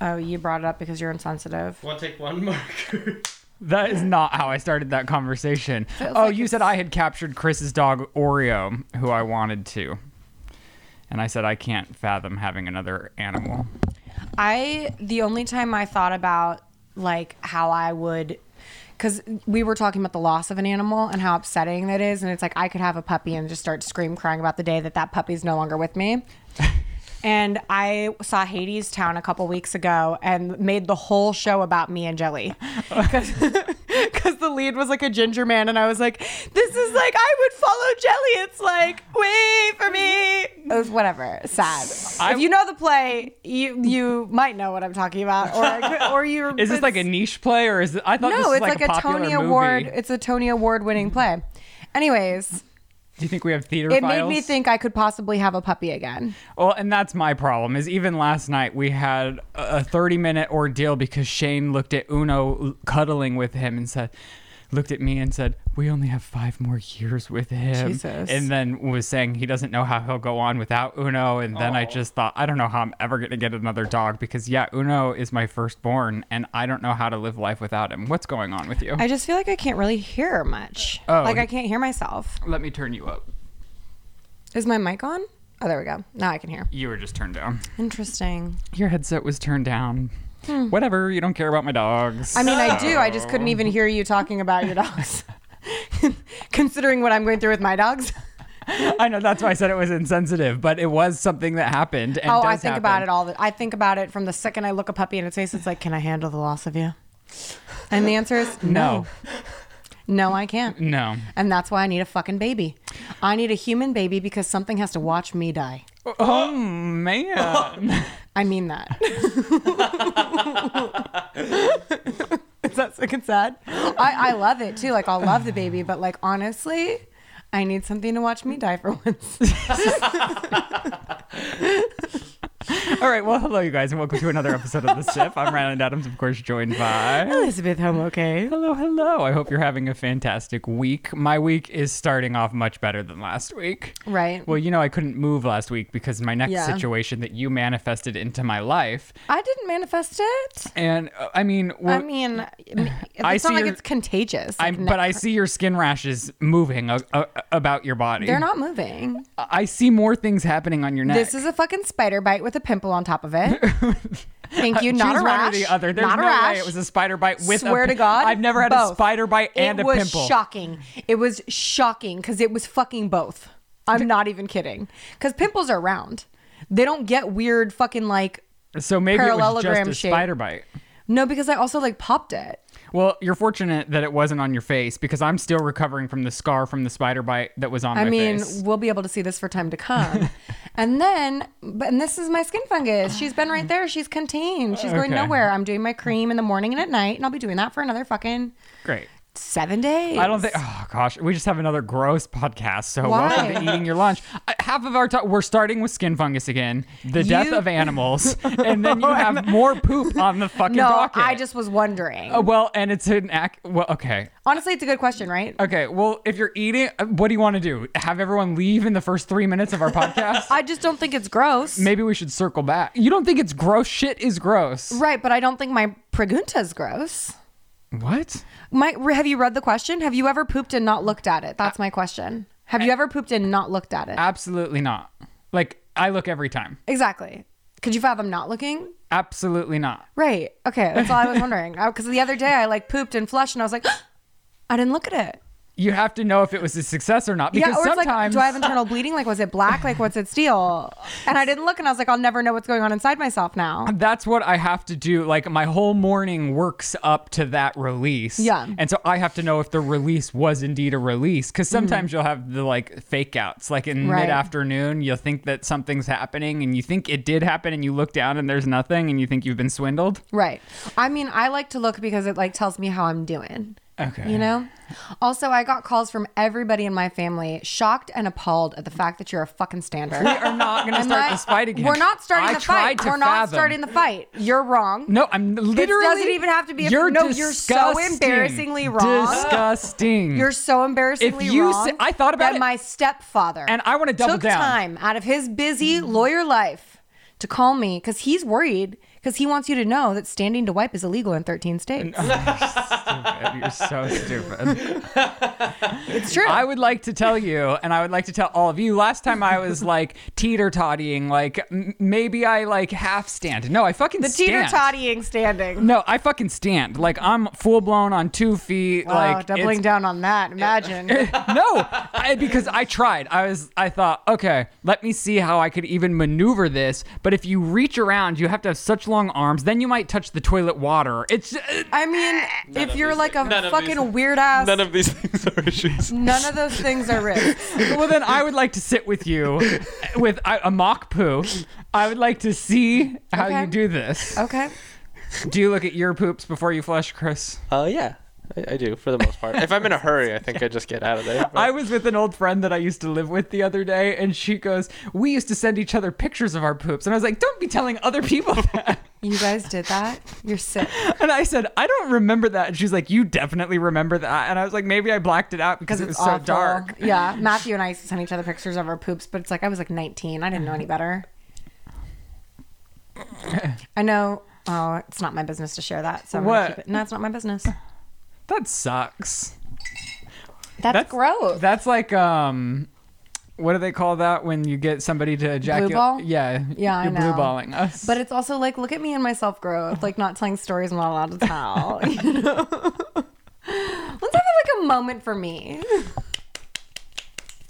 Oh, you brought it up because you're insensitive. Want to take one marker? That is not how I started that conversation. Feels Oh, like you said I had captured Chris's dog Oreo, who I wanted to. And I said I can't fathom having another animal. I the only time I thought about like how I would because we were talking about the loss of an animal and how upsetting that is, and it's like I could have a puppy and just start scream crying about the day that that puppy's no longer with me. And I saw Hades Town a couple weeks ago and made the whole show about me and Jelly. Because the lead was like a ginger man, and I was like, this is like, I would follow Jelly. It's like, wait for me. It was whatever. Sad. I- if you know the play, you you might know what I'm talking about. Or, I could- or you. Is this like a niche play, or is it, I thought this No, was it's like, like, a, a popular Tony movie. Award. It's a Tony Award winning play. Anyways, Do you think we have theater? it made me files? think I could possibly have a puppy again. Well, and that's my problem. Is even last night we had a a 30 minute ordeal because Shane looked at Uno l- cuddling with him and said, looked at me and said, "We only have five more years with him." Jesus. And then was saying he doesn't know how he'll go on without Uno. And then I just thought, I don't know how I'm ever gonna get another dog because yeah, Uno is my firstborn, and I don't know how to live life without him. What's going on with you? I just feel like I can't really hear much. Oh. Like I can't hear myself. Let me turn you up. Is my mic on? Oh, there we go. Now I can hear. You were just turned down. Interesting. Your headset was turned down. Whatever, you don't care about my dogs. Hmm. I mean, I do. I just Oh. couldn't even hear you talking about your dogs. Considering what I'm going through with my dogs. I know that's why I said it was insensitive, but it was something that happened. And oh, I does think about happen. it all. The, I think about it from the second I look a puppy in its face. It's like, can I handle the loss of you? And the answer is No, No, I can't. no. And that's why I need a fucking baby. I need a human baby because something has to watch me die. Oh man, I mean that. Is that fucking sad? I, I love it too. Like I'll love the baby, but like honestly, I need something to watch me die for once. all right. Well, hello, you guys, and welcome to another episode of the Sip. I'm Ryland Adams, of course, joined by. Elizabeth, I'm okay. Hello, hello. I hope you're having a fantastic week. My week is starting off much better than last week. Right. Well, you know, I couldn't move last week because my next Yeah. situation that you manifested into my life, I didn't manifest it. and uh, I mean, well, I mean, I mean, it's I not see like your- it's contagious. I, Like, no- but I see your skin rashes moving uh, uh, about your body. they're not moving. I see more things happening on your neck. This is a fucking spider bite with a pimple on top of it. Thank you. Not Choose a one rash. or the other. There's not a no rash. way it was a spider bite with a Swear to pim- God, I've never had a both. spider bite and it a was pimple. shocking. It was shocking because it was fucking both. I'm not even kidding. Because pimples are round. They don't get weird fucking like. So maybe it was just Parallelogram a shape. spider bite. No, because I also like popped it. Well, you're fortunate that it wasn't on your face because I'm still recovering from the scar from the spider bite that was on I my mean, face. we'll be able to see this for time to come. and then, but and this is my skin fungus. She's been right there. She's contained. She's going Okay. nowhere. I'm doing my cream in the morning and at night, and I'll be doing that for another fucking Great. seven days. I don't think. Oh gosh, we just have another gross podcast. So Why? welcome to eating your lunch. I- Half of our talk, we're starting with skin fungus again, the death You- Oh, of animals, and then you have more poop on the fucking No, docket. I just was wondering. Uh, well, and it's an act. Well, okay. Honestly, it's a good question, right? Okay, well, if you're eating, uh, what do you want to do? Have everyone leave in the first three minutes of our podcast? I just don't think it's gross. Maybe we should circle back. You don't think it's gross? Shit is gross. Right, but I don't think my pregunta's gross. What? My, have you read the question? Have you ever pooped and not looked at it? That's my question. Have you ever pooped and not looked at it? Absolutely not. Like, I look every time. Exactly. Could you fathom not looking? Absolutely not. Right. Right. Okay. That's all I was wondering. Because the other day I like pooped and flushed and I was like, I didn't look at it. You have to know if it was a success or not because Yeah. Or it's like, sometimes. do I have internal bleeding? Like, was it black? Like, what's its deal? And I didn't look and I was like, I'll never know what's going on inside myself now. that's what I have to do. Like my whole morning works up to that release. Yeah. And so I have to know if the release was indeed a release. Cause sometimes you'll have the like fake outs. Like in Mm-hmm. Right. mid afternoon, you'll think that something's happening and you think it did happen and you look down and there's nothing and you think you've been swindled. Right. I mean, I like to look because it like tells me how I'm doing. Okay. You know? Also, I got calls from everybody in my family shocked and appalled at the fact that you're a fucking standard. We are not gonna Am start I- this fight again. We're not starting I the tried fight. to We're not fathom. starting the fight. You're wrong. No, I'm literally. doesn't even have to be a- you're no, you're so disgusting. embarrassingly wrong. Disgusting. You're so embarrassingly If you wrong. say- I thought about that it- my stepfather And I wanna double took down. time out of his busy lawyer life to call me because he's worried because he wants you to know that standing to wipe is illegal in 13 states. uh, Stupid. You're so stupid. It's true. I would like to tell you, and I would like to tell all of you. Last time I was like teeter tottying, like m- maybe I like half stand. No, I fucking the stand. teeter tottying standing. No, I fucking stand. Like I'm full blown on two feet. Wow, like Ah, doubling it's- down on that. Imagine. no, I, because I tried. I was, I thought, okay, let me see how I could even maneuver this. But if you reach around, you have to have such long arms. Then you might touch the toilet water. It's uh, I mean, None if of you're these like a things- none of these fucking things- weird ass, None of these things are issues. none of those things are risks. well, then I would like to sit with you with a, a mock poo. I would like to see how Okay. you do this. Okay. Do you look at your poops before you flush, Chris? Uh, yeah, I, I do for the most part. If I'm in a hurry, I think I just get out of there. but- I was with an old friend that I used to live with the other day, and she goes, "We used to send each other pictures of our poops," and I was like, "Don't be telling other people that." You guys did that? You're sick. And I said, I don't remember that. And she's like, You definitely remember that. And I was like, Maybe I blacked it out because it was so awful. dark. Yeah. Matthew and I used to send each other pictures of our poops, but it's like I was like 19. I didn't know any better. I know. Oh, it's not my business to share that. So I'm gonna What? Keep it. No, it's not my business. That sucks. That's, That's gross. That's like, um, what do they call that when you get somebody to ejaculate? ball? Yeah. Yeah, I You're know. blue balling us. but it's also like, look at me and my self growth. Like, not telling stories I'm not allowed to tell. You know? Let's have like a moment for me.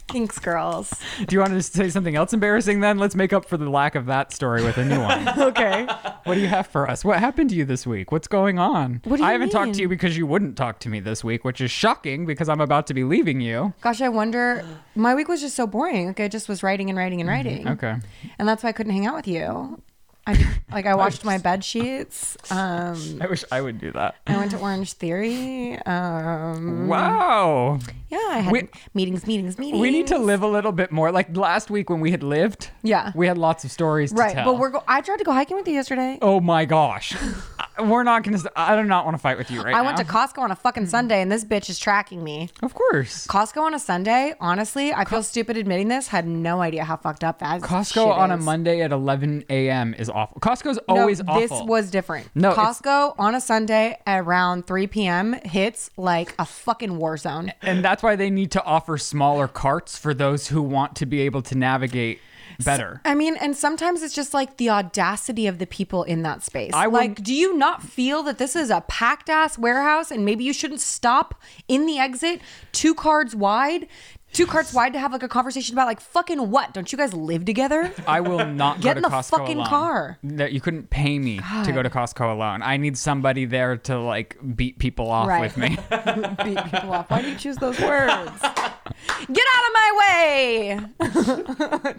Thanks, girls. do you want to say something else embarrassing then? Let's make up for the lack of that story with a new one. Okay. what do you have for us? What happened to you this week? What's going on? What do you I haven't talked to mean? you because you wouldn't talk to me this week, which is shocking because I'm about to be leaving you. Gosh, I wonder. My week was just so boring. Like I just was writing and writing and writing. Mm-hmm. Okay. And that's why I couldn't hang out with you. I like I washed my bed sheets. Um, I wish I would do that. I went to Orange Theory. Um, Wow. yeah, I had We- meetings, meetings, meetings. We need to live a little bit more. Like last week when we had lived, Yeah. we had lots of stories to right, tell. but we're. Go- I tried to go hiking with you yesterday. oh my gosh, I- we're not gonna. St- I do not want to fight with you right I now. Hmm. went to Costco on a fucking Sunday, and this bitch is tracking me. of course, Costco on a Sunday. Honestly, I feel stupid admitting this. Had no idea how fucked up that Costco shit on a is. Monday at 11 a.m. is awful. Costco's always no, awful. This was different. No, it's- Costco on a Sunday at around 3 p.m. hits like a fucking war zone. and that's why they need to offer smaller carts for those who want to be able to navigate better. I mean, and sometimes it's just like the audacity of the people in that space. I would- like, do you not feel that this is a packed ass warehouse and maybe you shouldn't stop in the exit two cards wide, two cards wide to have like a conversation about like fucking what? Don't you guys live together? I will not Get go to in the Costco fucking alone. car. That you couldn't pay me to go to Costco alone. I need somebody there to like beat people off Right. with me. Beat people up. Why do you choose those words? Get out of my way!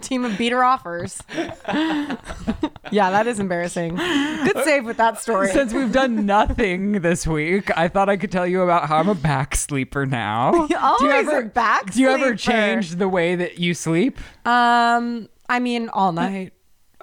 Team of beater offers. yeah, that is embarrassing. Good save with that story. Since we've done nothing this week, I thought I could tell you about how I'm a back sleeper now. always a back Do you sleeper. ever change the way that you sleep? Um, I mean, all night. I be,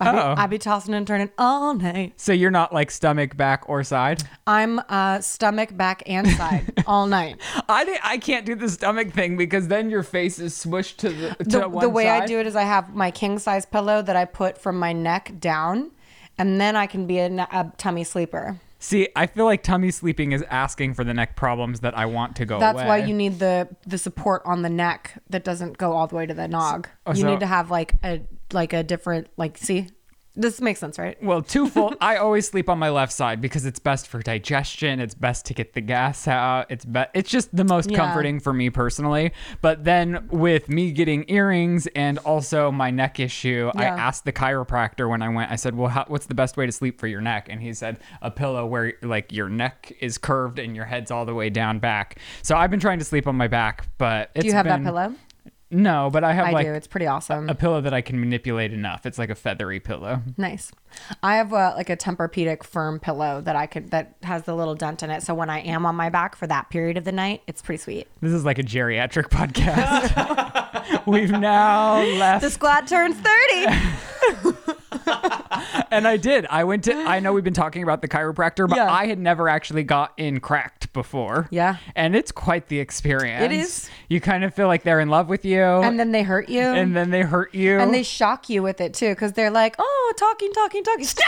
Oh. I be tossing and turning all night. So you're not like stomach, back, or side. I'm uh, stomach, back, and side all night. I di- I can't do the stomach thing because then your face is smushed to the to The, one the way I side. do it is I have my king size pillow that I put from my neck down, and then I can be a, a tummy sleeper. See, I feel like tummy sleeping is asking for the neck problems that I want to go That's away. why you need the the support on the neck that doesn't go all the way to the nog. Oh, you so- need to have like a like a different like see. This makes sense, right? Well, two full. I always sleep on my left side because it's best for digestion. It's best to get the gas out. It's be- It's just the most Yeah. comforting for me personally. But then with me getting earrings and also my neck issue, I Yeah. asked the chiropractor when I went. I said, "Well, how, what's the best way to sleep for your neck?" And he said, "A pillow where like your neck is curved and your head's all the way down back." So I've been trying to sleep on my back, but it's Do you have been- that pillow? No, but I have I like do. It's pretty awesome. a pillow that I can manipulate enough. It's like a feathery pillow. nice. I have a, like a Tempur-Pedic firm pillow that I could that has the little dent in it. So when I am on my back for that period of the night, it's pretty sweet. This is like a geriatric podcast. We've now left, The squad turns thirty. and I did. I went to. I know we've been talking about the chiropractor, but Yeah. I had never actually got in cracked before. Yeah. and it's quite the experience. It is. You kind of feel like they're in love with you, and and, then they hurt you. then they hurt you. And they shock you with it too, because they're like, "Oh, talking, talking, talking, stop."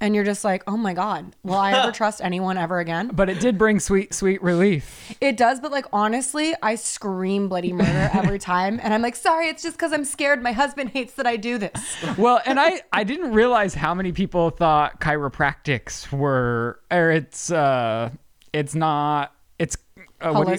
and you're just like, oh my god, will I ever trust anyone ever again? But it did bring sweet, sweet relief. It does, but like honestly, I scream bloody murder every time, and I'm like, sorry, it's just because I'm scared. My husband hates that I do this. Well, and I, I didn't realize how many people thought chiropractics were, or it's, uh, it's not, it's uh, what do you- Uh,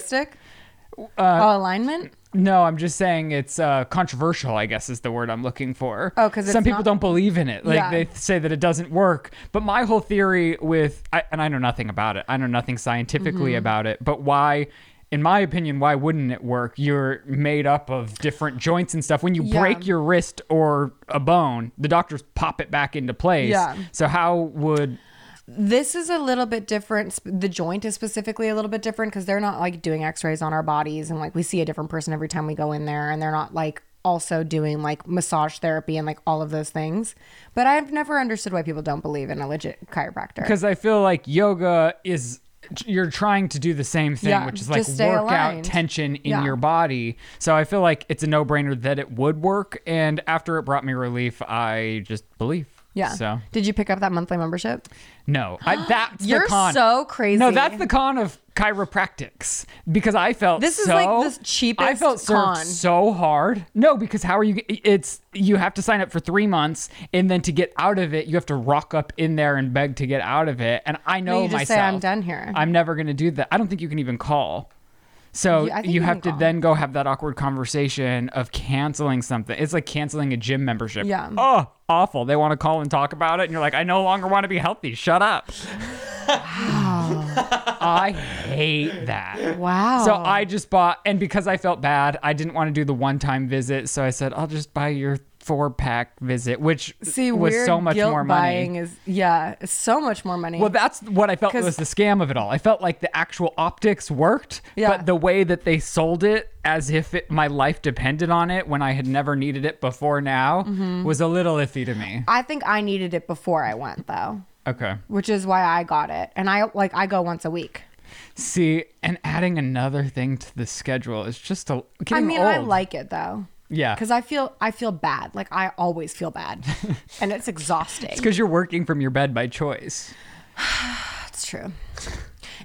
Holistic, oh, alignment. No, I'm just saying it's uh, controversial. I guess is the word I'm looking for. Oh, 'cause it's some people not- don't believe in it. Like Yeah. they say that it doesn't work. But my whole theory with, I, and I know nothing about it. I know nothing scientifically Mm-hmm. about it. But why? In my opinion, why wouldn't it work? You're made up of different joints and stuff. When you Yeah. break your wrist or a bone, the doctors pop it back into place. Yeah. So how would? This is a little bit different. Sp- The joint is specifically a little bit different because they're not like doing x rays on our bodies and like we see a different person every time we go in there and they're not like also doing like massage therapy and like all of those things. But I've never understood why people don't believe in a legit chiropractor. Because I feel like yoga is you're trying to do the same thing, Yeah, which is just like stay work out aligned. tension in Yeah. your body. So I feel like it's a no brainer that it would work. And after it brought me relief, I just believe. Yeah. So Did you pick up that monthly membership? no, I, that's You're the con. so crazy. No, that's the con of chiropractics because I felt This is, so- like, the cheapest I felt served con. so hard. No, because how are you? It's you have to sign up for three months, and then to get out of it, you have to rock up in there and beg to get out of it. And I know you just myself, say, "I'm done here." I'm never going to do that. I don't think you can even call. So Yeah, I think you you, have can to call. then go have that awkward conversation of canceling something. It's like canceling a gym membership. Yeah. Oh, awful. They want to call and talk about it, and you're like, I no longer want to be healthy. Shut up. I hate that. Wow. So I just bought, and because I felt bad, I didn't want to do the one time visit. So I said, I'll just buy your four pack visit, which see was weird so much guilt more money. buying is yeah, it's so much more money. Well, that's what I felt 'Cause- was the scam of it all. I felt like the actual optics worked, Yeah. but the way that they sold it as if it, my life depended on it when I had never needed it before now Mm-hmm. was a little iffy to me. I think I needed it before I went though, Okay. which is why I got it. And I like I go once a week. See, and adding another thing to the schedule is just a I getting mean, I old. like it though. Yeah. Because I feel I feel bad. Like I always feel bad, and it's exhausting. It's because you're working from your bed by choice. That's true.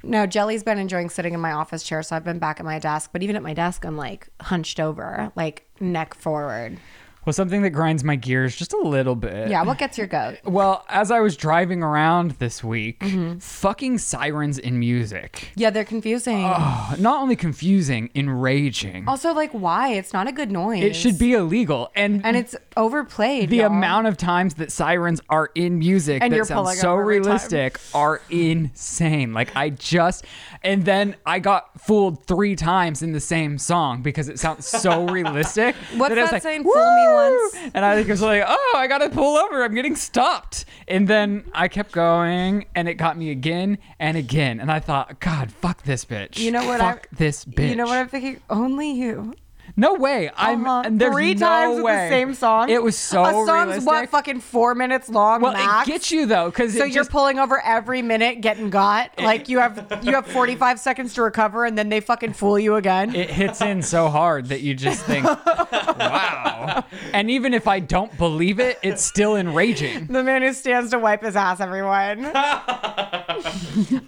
No, Jelly's been enjoying sitting in my office chair, so I've been back at my desk. But even at my desk, I'm like hunched over, like neck forward. Well, something that grinds my gears just a little bit. Yeah, what gets your goat? Well, as I was driving around this week, Mm-hmm. fucking sirens in music. Yeah, they're confusing. Oh, not only confusing, enraging. also, like, why? It's not a good noise. It should be illegal. And, And it's overplayed. the y'all. amount of times that sirens are in music And that you're sounds pulling so over every time. realistic are insane. Like I just and then I got fooled three times in the same song because it sounds so realistic. What's I was that saying, "Fool me "Woo!" once"? And I think it was like, oh, I gotta pull over. I'm getting stopped. And then I kept going and it got me again and again. And I thought, God, fuck this bitch. You know what? Fuck I'm, this bitch. You know what I'm thinking? Only you. No way. I'm Uh-huh. and there's three no times with way. the same song. It was so a song's realistic. what fucking four minutes long. well, max? it gets you though, because So it you're just, pulling over every minute, getting got. Eh, Like you have you have 45 seconds to recover, and then they fucking fool you again. Eh. it hits in so hard that you just think, wow. And even if I don't believe it, it's still enraging. the man who stands to wipe his ass, everyone.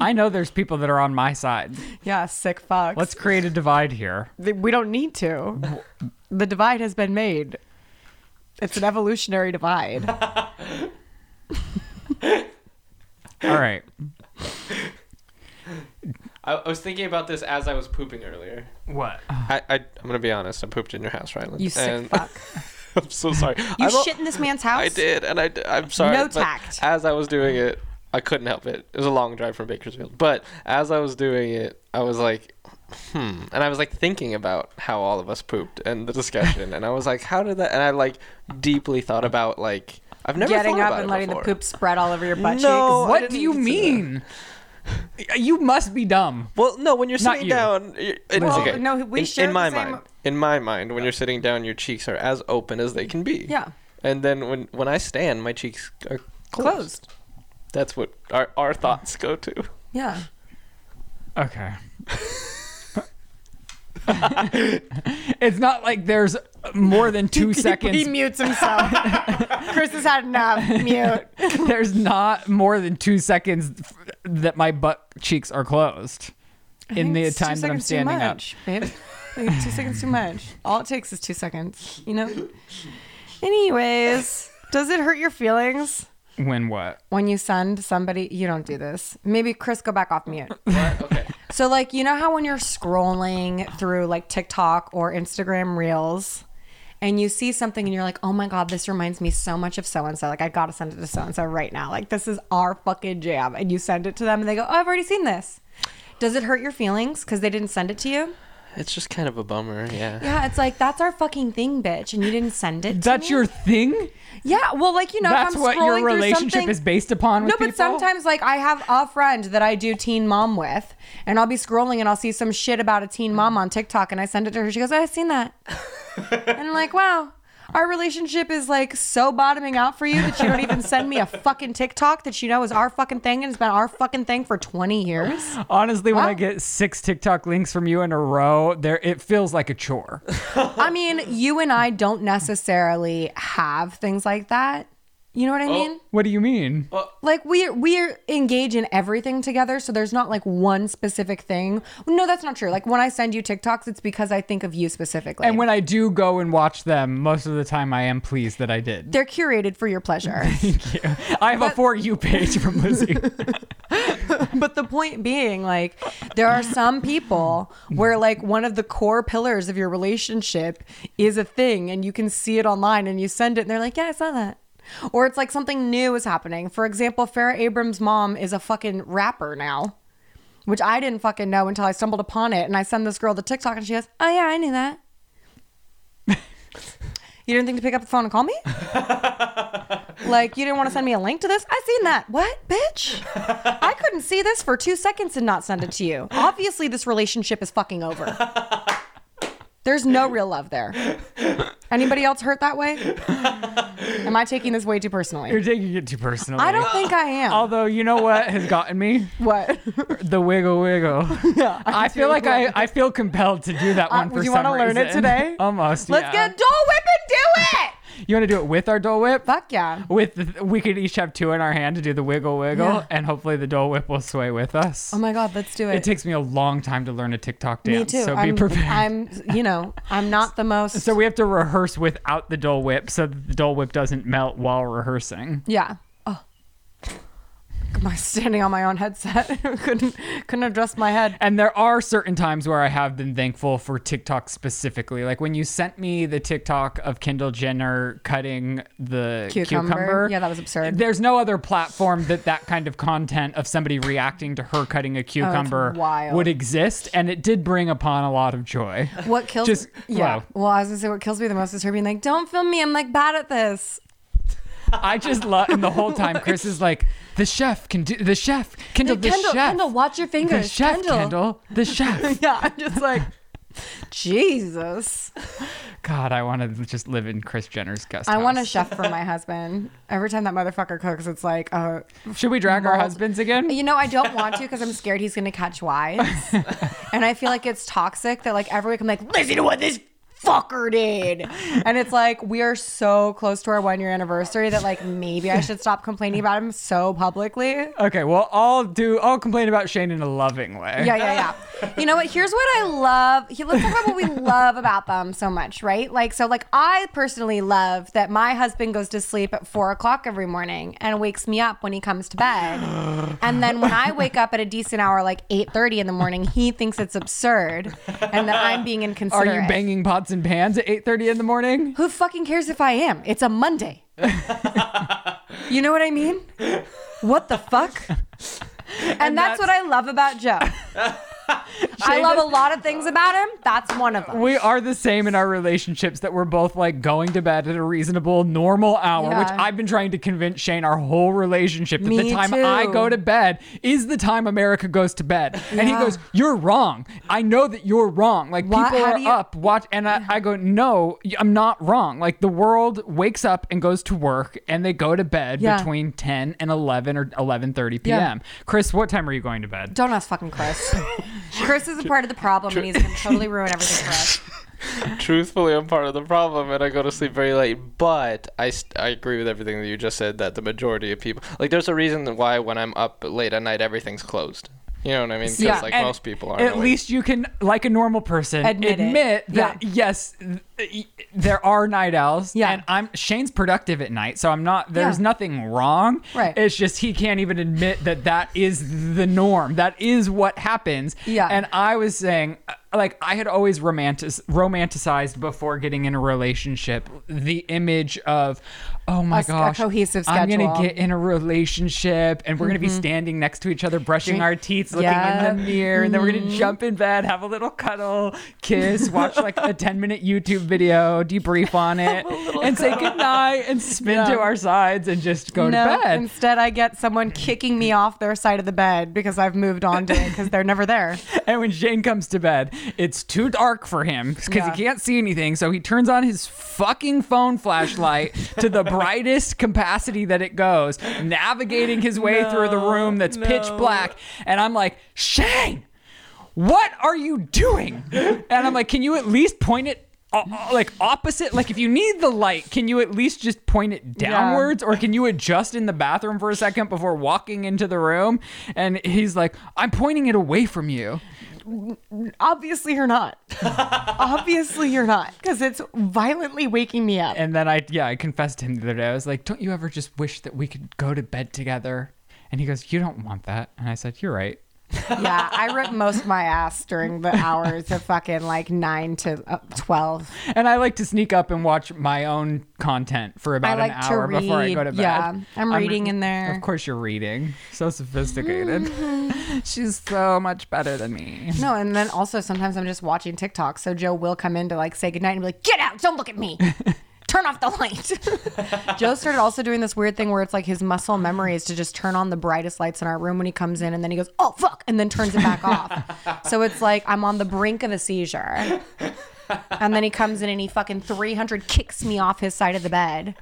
I know there's people that are on my side. yeah, sick fucks. Let's create a divide here. Th- we don't need to. The divide has been made. It's an evolutionary divide. All right. I, I was thinking about this as I was pooping earlier. What? I, I I'm gonna be honest. I pooped in your house, Ryland. You sick and fuck. I'm so sorry. You I lo- shit in this man's house. I did, and I d- I'm sorry. No but tact. As I was doing it, I couldn't help it. It was a long drive from Bakersfield, but as I was doing it, I was like, hmm, and I was like thinking about how all of us pooped and the discussion, and I was like, how did that? And I like deeply thought about like I've never Getting thought up about and it letting before. the poop spread all over your butt No. cheeks. I What do didn't you consider mean? You must be dumb. Well, no, when you're Not sitting you. down, you're- it's Well, okay. no, we in, share in the my same- mind. In my mind, when you're sitting down, your cheeks are as open as they can be. Yeah. And then when when I stand, my cheeks are closed. Closed. That's what our our thoughts go to. Yeah. Okay. It's not like there's more than two He seconds. mutes himself. Chris has had enough. Mute. There's not more than two seconds f- that my butt cheeks are closed in the It's two time that I'm seconds too standing up. much, Babe. I think it's two seconds too much. All it takes is two seconds, you know? Anyways, does it hurt your feelings When what? when you send somebody? You don't do this. Maybe Chris, go back off mute. What? Okay. So, like, you know how when you're scrolling through like TikTok or Instagram reels and you see something and you're like, oh my God, this reminds me so much of so and so. Like, I gotta send it to so and so right now. Like, this is our fucking jam. And you send it to them and they go, oh, I've already seen this. Does it hurt your feelings because they didn't send it to you? It's just kind of a bummer, yeah. Yeah, it's like that's our fucking thing, bitch, and you didn't send it. to That's me? your thing? yeah. Well, like you know, That's if I'm what scrolling your through relationship something- is based upon with No, but people? sometimes like I have a friend that I do Teen Mom with, and I'll be scrolling and I'll see some shit about a Teen Mom on TikTok, and I send it to her. She goes, oh, "I've seen that," and I'm like, "Wow." Our relationship is like so bottoming out for you that you don't even send me a fucking TikTok that you know is our fucking thing and it's been our fucking thing for 20 years. Honestly, when I Wow. get six TikTok links from you in a row, there it feels like a chore. I mean, you and I don't necessarily have things like that. You know Oh, what I mean? what do you mean? Like we we engage in everything together, so there's not like one specific thing. No, that's not true. Like when I send you TikToks, it's because I think of you specifically. And when I do go and watch them, most of the time I am pleased that I did. they're curated for your pleasure. I have a for you page from Lizzie. but the point being, like, there are some people where like one of the core pillars of your relationship is a thing, and you can see it online, and you send it, and they're like, "Yeah, I saw that." Or it's like something new is happening. For example, Farrah Abrams' mom is a fucking rapper now. which I didn't fucking know until I stumbled upon it. And I send this girl the TikTok and she goes, Oh, yeah, I knew that. you didn't think to pick up the phone and call me? like, you didn't want to send me a link to this? I seen that. What, bitch? I couldn't see this for two seconds and not send it to you. Obviously, this relationship is fucking over. There's no real love there. Anybody else hurt that way? Am I taking this way too You're personally? taking it too personally. I don't think I am. Although you know what has gotten me? what? The wiggle wiggle. Yeah, I feel like I, I feel compelled to do that Uh, one for you some wanna learn it reason. today? Almost. Let's yeah. get Dole Whip and do it! You want to do it with our Dole Whip? Fuck yeah. With the, we could each have two in our hand to do the wiggle wiggle, Yeah. and hopefully the Dole Whip will sway with us. Oh my God, let's do it. it takes me a long time to learn a TikTok Me dance, too. so be I'm, prepared. I'm, you know, I'm not the most. so we have to rehearse without the Dole Whip, so that the Dole Whip doesn't melt while rehearsing. yeah. Oh. My standing on my own headset couldn't couldn't adjust my head. And there are certain times where I have been thankful for TikTok specifically. Like when you sent me the TikTok of Kendall Jenner cutting the Cucumber. cucumber. Yeah, that was absurd. There's no other platform that that kind of content of somebody reacting to her cutting a cucumber Oh, wild. would exist. And it did bring upon a lot of joy. What kills? Just- yeah. wow. Well, I was gonna say what kills me the most is her being like, "Don't film me. I'm like bad at this." I just love, and the whole time Chris is like, the chef can do, the chef, Kendall, Like, the Kendall, chef. Kendall, watch your the fingers. chef, Kendall. the chef. Yeah, I'm just like, Jesus. God, I want to just live in Chris Jenner's guest I want a house. chef for my husband. Every time that motherfucker cooks, it's like, oh, Should we drag our mold. husbands again? You know, I don't want to because I'm scared he's going to catch wives. and I feel like it's toxic that like every week I'm like, listen to what this fucker did. And it's like, we are so close to our one year anniversary that like maybe I should stop complaining about him so publicly. Okay, well, I'll do. I'll complain about Shane in a loving way. Yeah, yeah, yeah. You know what? Here's what I love. He- Let's talk about what we love about them so much, right? Like, so, like, I personally love that my husband goes to sleep at four o'clock every morning and wakes me up when he comes to bed, and then when I wake up at a decent hour, like eight thirty in the morning, he thinks it's absurd and that I'm being Are inconsiderate. you banging pots and pans at 8:30 in the morning? Who fucking cares if I am? It's a Monday. you know what I mean? What the fuck? And, that's, that's- what I love about Joe. I love a lot of things about him. That's one of them. We are the same in our relationships that we're both like going to bed at a reasonable, normal hour, which Yeah. I've been trying to convince Shane our whole relationship that Me the time too. I go to bed is the time America goes to bed. And he Yeah. goes, You're wrong. I know that you're wrong. Like, Why- people how are do you- up, watch. And I, I go, No, I'm not wrong. Like, the world wakes up and goes to work and they go to bed Yeah. between 10 and 11 or 11.30 p.m. Yeah. Chris, what time are you going to bed? Don't ask fucking Chris. Chris is is a part of the problem, and he's going to totally ruin everything for us. truthfully i'm part of the problem and i go to sleep very late but I, st- I agree with everything that you just said that the majority of people like there's a reason that why when i'm up late at night everything's closed you know what i mean 'Cause, like and most people are At least you can, like a normal person, Admit admit, it. that Yeah. yes, th- there are night owls. Yeah. and I'm Shane's productive at night, so I'm not. There's Yeah. nothing wrong. Right. It's just he can't even admit that that is the norm. That is what happens. Yeah. And I was saying, uh, like, I had always romantic romanticized before getting in a relationship the image of, oh my A s- a gosh, cohesive I'm gonna schedule. Mm-hmm. get in a relationship and we're gonna be standing next to each other, brushing our teeth, looking Yeah. in the mirror, and then we're gonna jump in bed, have a little cuddle, kiss, watch like a 10 minute YouTube video, debrief on it, and say goodnight and spin Yeah. to our sides and just go No, to bed. instead I get someone kicking me off their side of the bed because I've moved on to it because they're never there. And when Shane comes to bed, it's too dark for him because Yeah. he can't see anything. So he turns on his fucking phone flashlight to the brightest capacity that it goes, navigating his way through the room that's pitch black. And I'm like, Shane, what are you doing? And I'm like, can you at least point it? o- o- Like opposite, like if you need the light, can you at least just point it downwards? or can you adjust in the bathroom for a second before walking into the room? And he's like, I'm pointing it away from you. Obviously you're not. Obviously you're not because it's violently waking me up. And then I, yeah, I confessed to him the other day. I was like, don't you ever just wish that we could go to bed together? And he goes, you don't want that. And I said, you're right. yeah, I ripped most of my ass during the hours of fucking like nine to uh, twelve. And I like to sneak up and watch my own content for about I like an to hour before I go to read. bed. Yeah, I'm reading in there. Of course, you're reading. So sophisticated. She's so much better than me. No, and then also sometimes I'm just watching TikTok. So Joe will come in to like say goodnight and be like, get out, don't look at me. Turn off the light. Joe started also doing this weird thing where it's like his muscle memory is to just turn on the brightest lights in our room when he comes in and then he goes, oh, fuck, and then turns it back off. So it's like I'm on the brink of a seizure. And then he comes in and he fucking 300 kicks me off his side of the bed.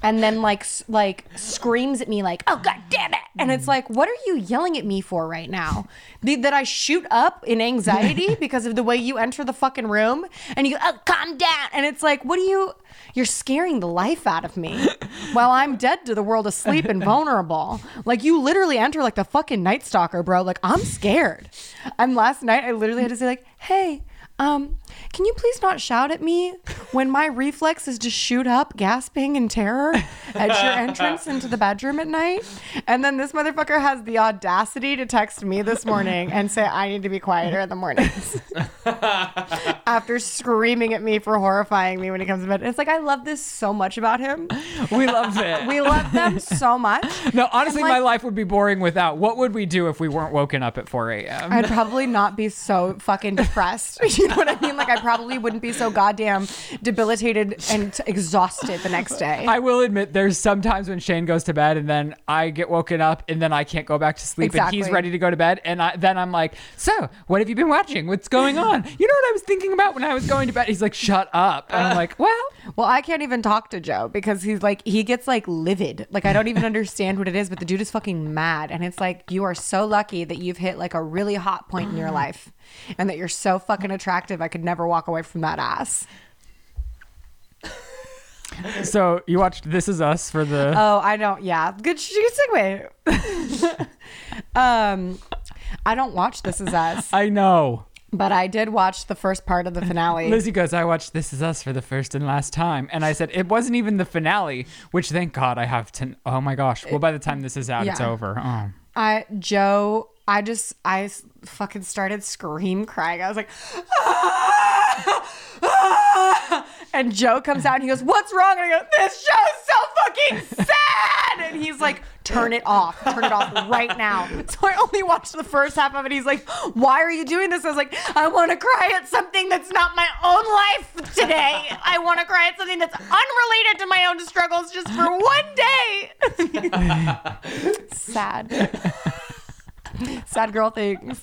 And then like s- like screams at me like, "Oh god damn it." And it's like, "What are you yelling at me for right now?" The, that I shoot up in anxiety because of the way you enter the fucking room and you go, "Oh, calm down." And it's like, "What are you you're scaring the life out of me while I'm dead to the world asleep and vulnerable. Like you literally enter like the fucking night stalker, bro. Like I'm scared. And last night I literally had to say like, "Hey, um, can you please not shout at me when my reflex is to shoot up, gasping in terror at your entrance into the bedroom at night? And then this motherfucker has the audacity to text me this morning and say, I need to be quieter in the mornings. After screaming at me for horrifying me when he comes to bed. It's like, I love this so much about him. We love it. We love them so much. no, honestly, And, my like- life would be boring without. What would we do if we weren't woken up at 4 a.m.? I'd probably not be so fucking depressed. You know what I mean? Like, I probably wouldn't be so goddamn debilitated and exhausted the next day. I will admit there's sometimes when Shane goes to bed and then I get woken up and then I can't go back to sleep and he's Exactly. ready to go to bed and I, then I'm like, "So, what have you been watching? What's going on?" You know what I was thinking about when I was going to bed? He's like, "Shut up." Uh. And I'm like, "Well, Well, I can't even talk to Joe because he's like he gets like livid. Like I don't even understand what it is, but the dude is fucking mad and it's like you are so lucky that you've hit like a really hot point in your life and that you're so fucking attractive. I could never walk away from that ass. so you watched This Is Us for the Oh, I don't. Yeah. Good, sh- good segue. um I don't watch This Is Us, I know. but I did watch the first part of the finale. Lizzie goes, I watched This Is Us for the first and last time. And I said, it wasn't even the finale, which thank God I have to. Oh my gosh. Well, by the time this is out, it's Yeah. over. Oh. I Joe, I just I s- fucking started scream crying. I was like, "Ah! Ah!" and Joe comes out and he goes, "What's wrong?" And I go, "This show's so fucking sad." And he's like, "Turn it off, turn it off right now." So I only watched the first half of it. He's like, "Why are you doing this?" I was like, "I want to cry at something that's not my own life today. I want to cry at something that's unrelated to my own struggles, just for one day." sad. sad girl things.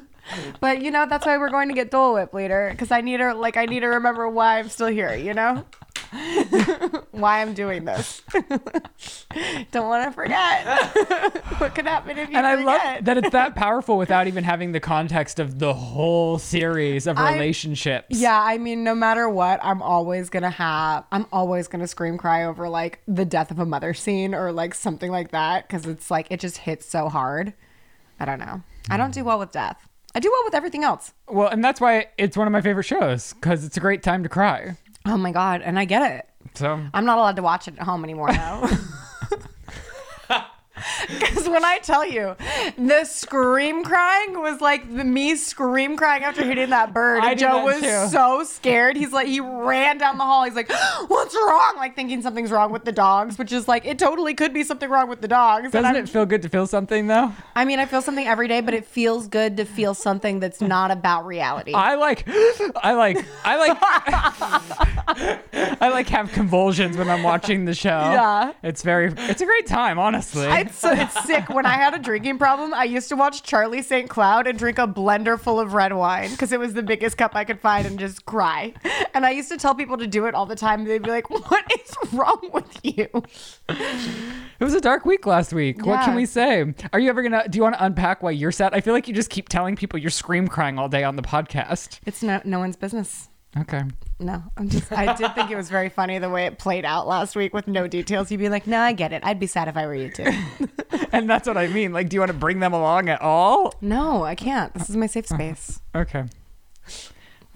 but you know, that's why we're going to get Dole Whip later because I need her. Like, I need to remember why I'm still here. You know. why I'm doing this. Don't want to forget what could happen if you And I forget. love that it's that powerful without even having the context of the whole series of I- relationships. Yeah, I mean, no matter what, I'm always gonna have, I'm always gonna scream cry over like the death of a mother scene or like something like that because it's like it just hits so hard. I don't know. I don't do well with death. I do well with everything else. Well, and that's why it's one of my favorite shows because it's a great time to cry. Oh my god, and I get it. So I'm not allowed to watch it at home anymore though. Because when I tell you, the scream crying was like the me scream crying after hitting that bird. I And do Joe that was too. so scared. He's like, he ran down the hall. He's like, what's wrong? Like thinking something's wrong with the dogs, which is like, it totally could be something wrong with the dogs. And doesn't I'm, it feel good to feel something though? I mean, I feel something every day, but it feels good to feel something that's not about reality. I like, I like, I like, I like have convulsions when I'm watching the show. Yeah. it's very, it's a great time, honestly. It's, so- it's sick. When I had a drinking problem, I used to watch Charlie St. Cloud and drink a blender full of red wine because it was the biggest cup I could find and just cry. And I used to tell people to do it all the time. They'd be like, What is wrong with you? it was a dark week last week. What Yeah. can we say? Are you ever gonna? Do you want to unpack why you're sad? I feel like you just keep telling people you're scream crying all day on the podcast. It's no, no one's business. Okay. No, I'm just, I did think it was very funny the way it played out last week with no details. You'd be like, No, I get it. I'd be sad if I were you too. And that's what I mean. Like, do you want to bring them along at all? No, I can't. This is my safe space. Okay.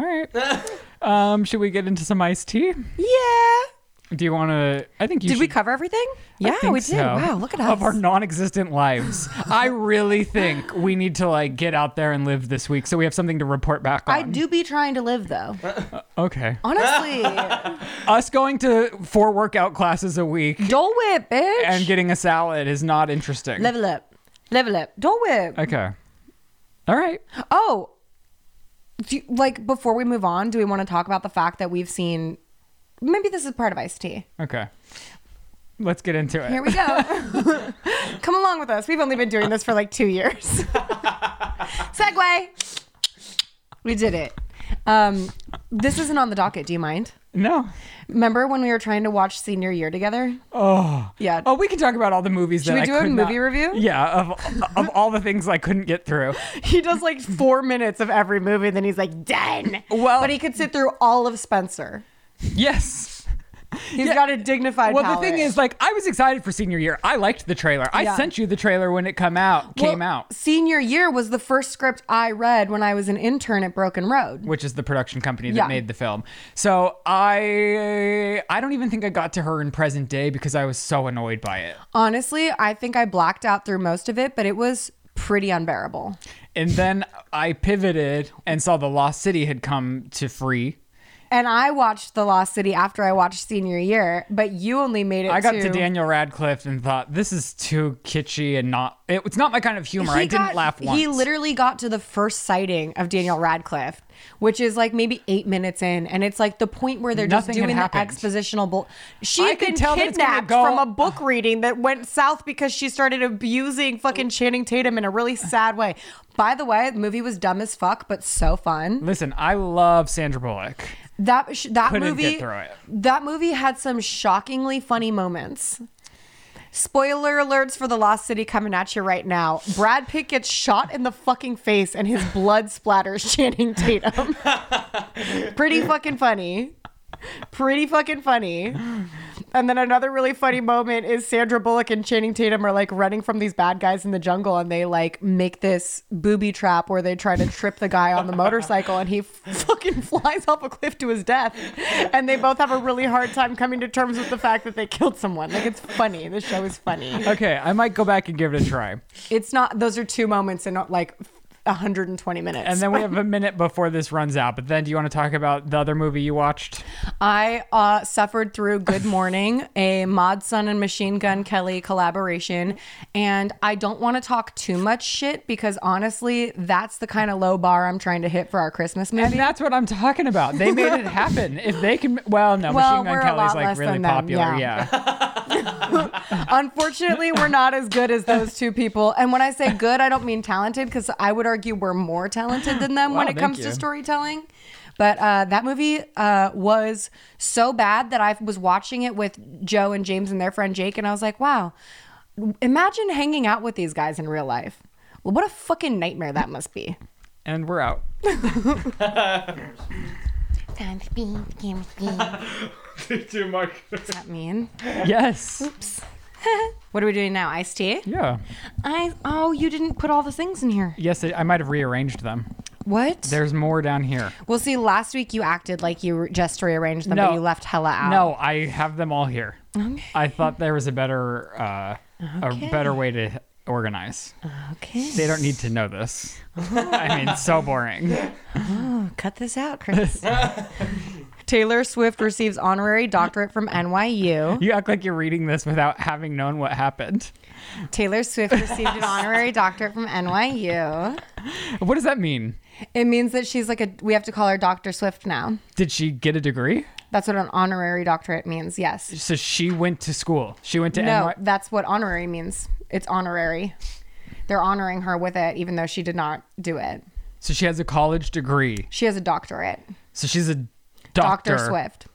All right. Um, should we get into some iced tea? Yeah. Do you want to? I think you. Did we should- cover everything? I Yeah, think we did. so. Wow, look at us. Of our non-existent lives, I really think we need to like get out there and live this week, so we have something to report back on. I do be trying to live though. Okay. Honestly. Us going to four workout classes a week Dole Whip, bitch. and getting a salad is not interesting. level up, level up, Dole Whip. Okay. All right. oh, do you, like before we move on, do we want to talk about the fact that we've seen? Maybe this is part of iced tea. Okay. Let's get into it. Here we go. Come along with us. We've only been doing this for like two years. Segway. We did it. Um, this isn't on the docket. Do you mind? no. Remember when we were trying to watch senior year together? Oh. Yeah. Oh, we can talk about all the movies. Should that we I do a could movie not- review? Yeah, of of all the things I couldn't get through. He does like four minutes of every movie, then he's like, done. Well- but he could sit through all of Spencer. Yes. He's got a dignified. Well, palate. the thing is, like, I was excited for senior year. I liked the trailer. I Yeah. sent you the trailer when it come out Well, came out, Senior year was the first script I read when I was an intern at Broken Road. which is the production company that Yeah. made the film. So I I don't even think I got to her in present day because I was so annoyed by it. Honestly, I think I blacked out through most of it, but it was pretty unbearable. And then I pivoted and saw the Lost City had come to free. And I watched The Lost City after I watched Senior Year, but you only made it. I got to Daniel Radcliffe and thought this is too kitschy and not it, it's not my kind of humor. He I didn't got- laugh once. He literally got to the first sighting of Daniel Radcliffe, which is like maybe eight minutes in, and it's like the point where they're Nothing just had doing the happened. expositional. Bull- she I had can been tell that it's gonna kidnapped go- from a book reading that went south because she started abusing fucking Channing Tatum in a really sad way. By the way, the movie was dumb as fuck, but so fun. Listen, I love Sandra Bullock. That sh- that Couldn't movie get through it. that movie had some shockingly funny moments. Spoiler alerts for The Lost City coming at you right now. Brad Pitt gets shot in the fucking face and his blood splatters Channing Tatum. Pretty fucking funny. Pretty fucking funny. And then another really funny moment is Sandra Bullock and Channing Tatum are like running from these bad guys in the jungle and they like make this booby trap where they try to trip the guy on the motorcycle and he fucking flies off a cliff to his death. And they both have a really hard time coming to terms with the fact that they killed someone. Like it's funny. This show is funny. Okay, I might go back and give it a try. It's not those are two moments and not like 120 minutes. And then we have a minute before this runs out. But then, do you want to talk about the other movie you watched? I uh, suffered through Good Morning, a Mod Sun and Machine Gun Kelly collaboration. And I don't want to talk too much shit because honestly, that's the kind of low bar I'm trying to hit for our Christmas And movie. that's what I'm talking about. They made it happen. If they can, well, no, Well, Machine we're Gun a Kelly's lot like less really than them, popular. yeah. yeah. Unfortunately, we're not as good as those two people. And when I say good, I don't mean talented because I would argue we're more talented than them Wow, when it thank comes you. to storytelling. But uh, that movie uh, was so bad that I was watching it with Joe and James and their friend Jake, and I was like, wow, imagine hanging out with these guys in real life. What a fucking nightmare that must be. And we're out. Time to be game Too much. that mean? Yes. What are we doing now? Iced tea? Yeah. I oh, you didn't put all the things in here. Yes, I I might have rearranged them. What? There's more down here. Well, see, last week you acted like you re- just rearranged them, No. but you left hella out. No, I have them all here. I thought there was a better uh, Okay. a better way to organize. Okay. They don't need to know this. I mean, so boring. Cut this out, Chris. Taylor Swift receives honorary doctorate from NYU. You act like you're reading this without having known what happened. Taylor Swift received an honorary doctorate from NYU. What does that mean? It means that she's like a, we have to call her Dr. Swift now. Did she get a degree? That's what an honorary doctorate means, yes. So she went to school. She went to No, NY. that's what honorary means. It's honorary. They're honoring her with it, even though she did not do it. So she has a college degree. She has a doctorate. So she's a doctor. Dr. Swift.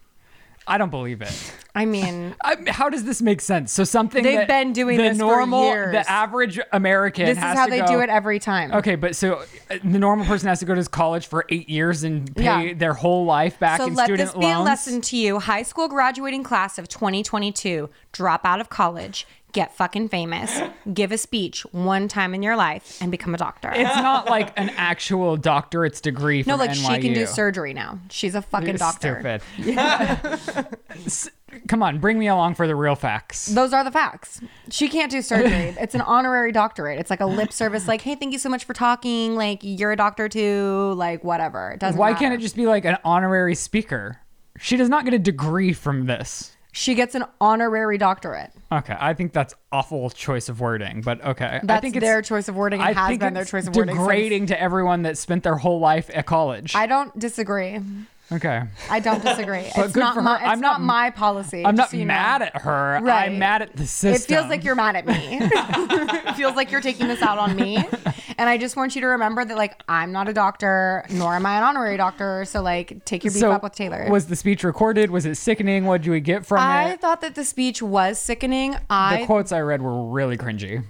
I don't believe it. I mean, I, how does this make sense? So something They've that been doing the this for normal, years. the average American. this is has how to they go- do it every time. Okay, but so uh, the normal person has to go to college for eight years and pay Yeah. their whole life back So in let student this be loans. a lesson to you, high school graduating class of 2022. Drop out of college, get fucking famous, give a speech one time in your life, and become a doctor. It's not like an actual doctorate's degree. no, From like she can do NYU. surgery now. She's a fucking You're doctor. Stupid. S- Come on, bring me along for the real facts. Those are the facts. She can't do surgery. It's an honorary doctorate. It's like a lip service, like, hey, thank you so much for talking. Like, you're a doctor too. Like, whatever. It doesn't Why matter. can't it just be like an honorary speaker? She does not get a degree from this. She gets an honorary doctorate. Okay, I think that's awful choice of wording, but okay. I That's think it's, their choice of wording. It I has think been their it's choice of wording. since- degrading to everyone that spent their whole life at college. I don't disagree. okay, I don't disagree. it's good not for my. her. It's I'm not, not- my policy. I'm just not so you know. mad at her. Right. I'm mad at the It system. feels like you're mad at me. it feels like you're taking this out on me. And I just want you to remember that, like, I'm not a doctor, nor am I an honorary doctor. So, like, take your beef so up with Taylor. Was the speech recorded? Was it sickening? What did we get from I it? thought that the speech was sickening. The I quotes I read were really cringy.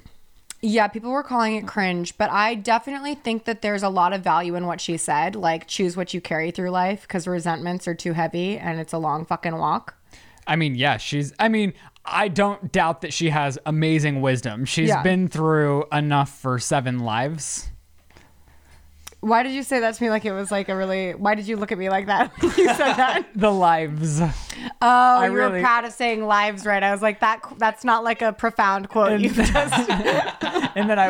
Yeah, people were calling it cringe, but I definitely think that there's a lot of value in what she said. Like, choose what you carry through life because resentments are too heavy and it's a long fucking walk. I mean, yeah, she's. I mean, I don't doubt that she has amazing wisdom. She's Yeah. been through enough for seven lives. Why did you say that to me like it was like a really? Why did you look at me like that? when you said that. The lives. Oh, you were really- proud of saying lives right. I was like that. That's not like a profound quote. You just And then I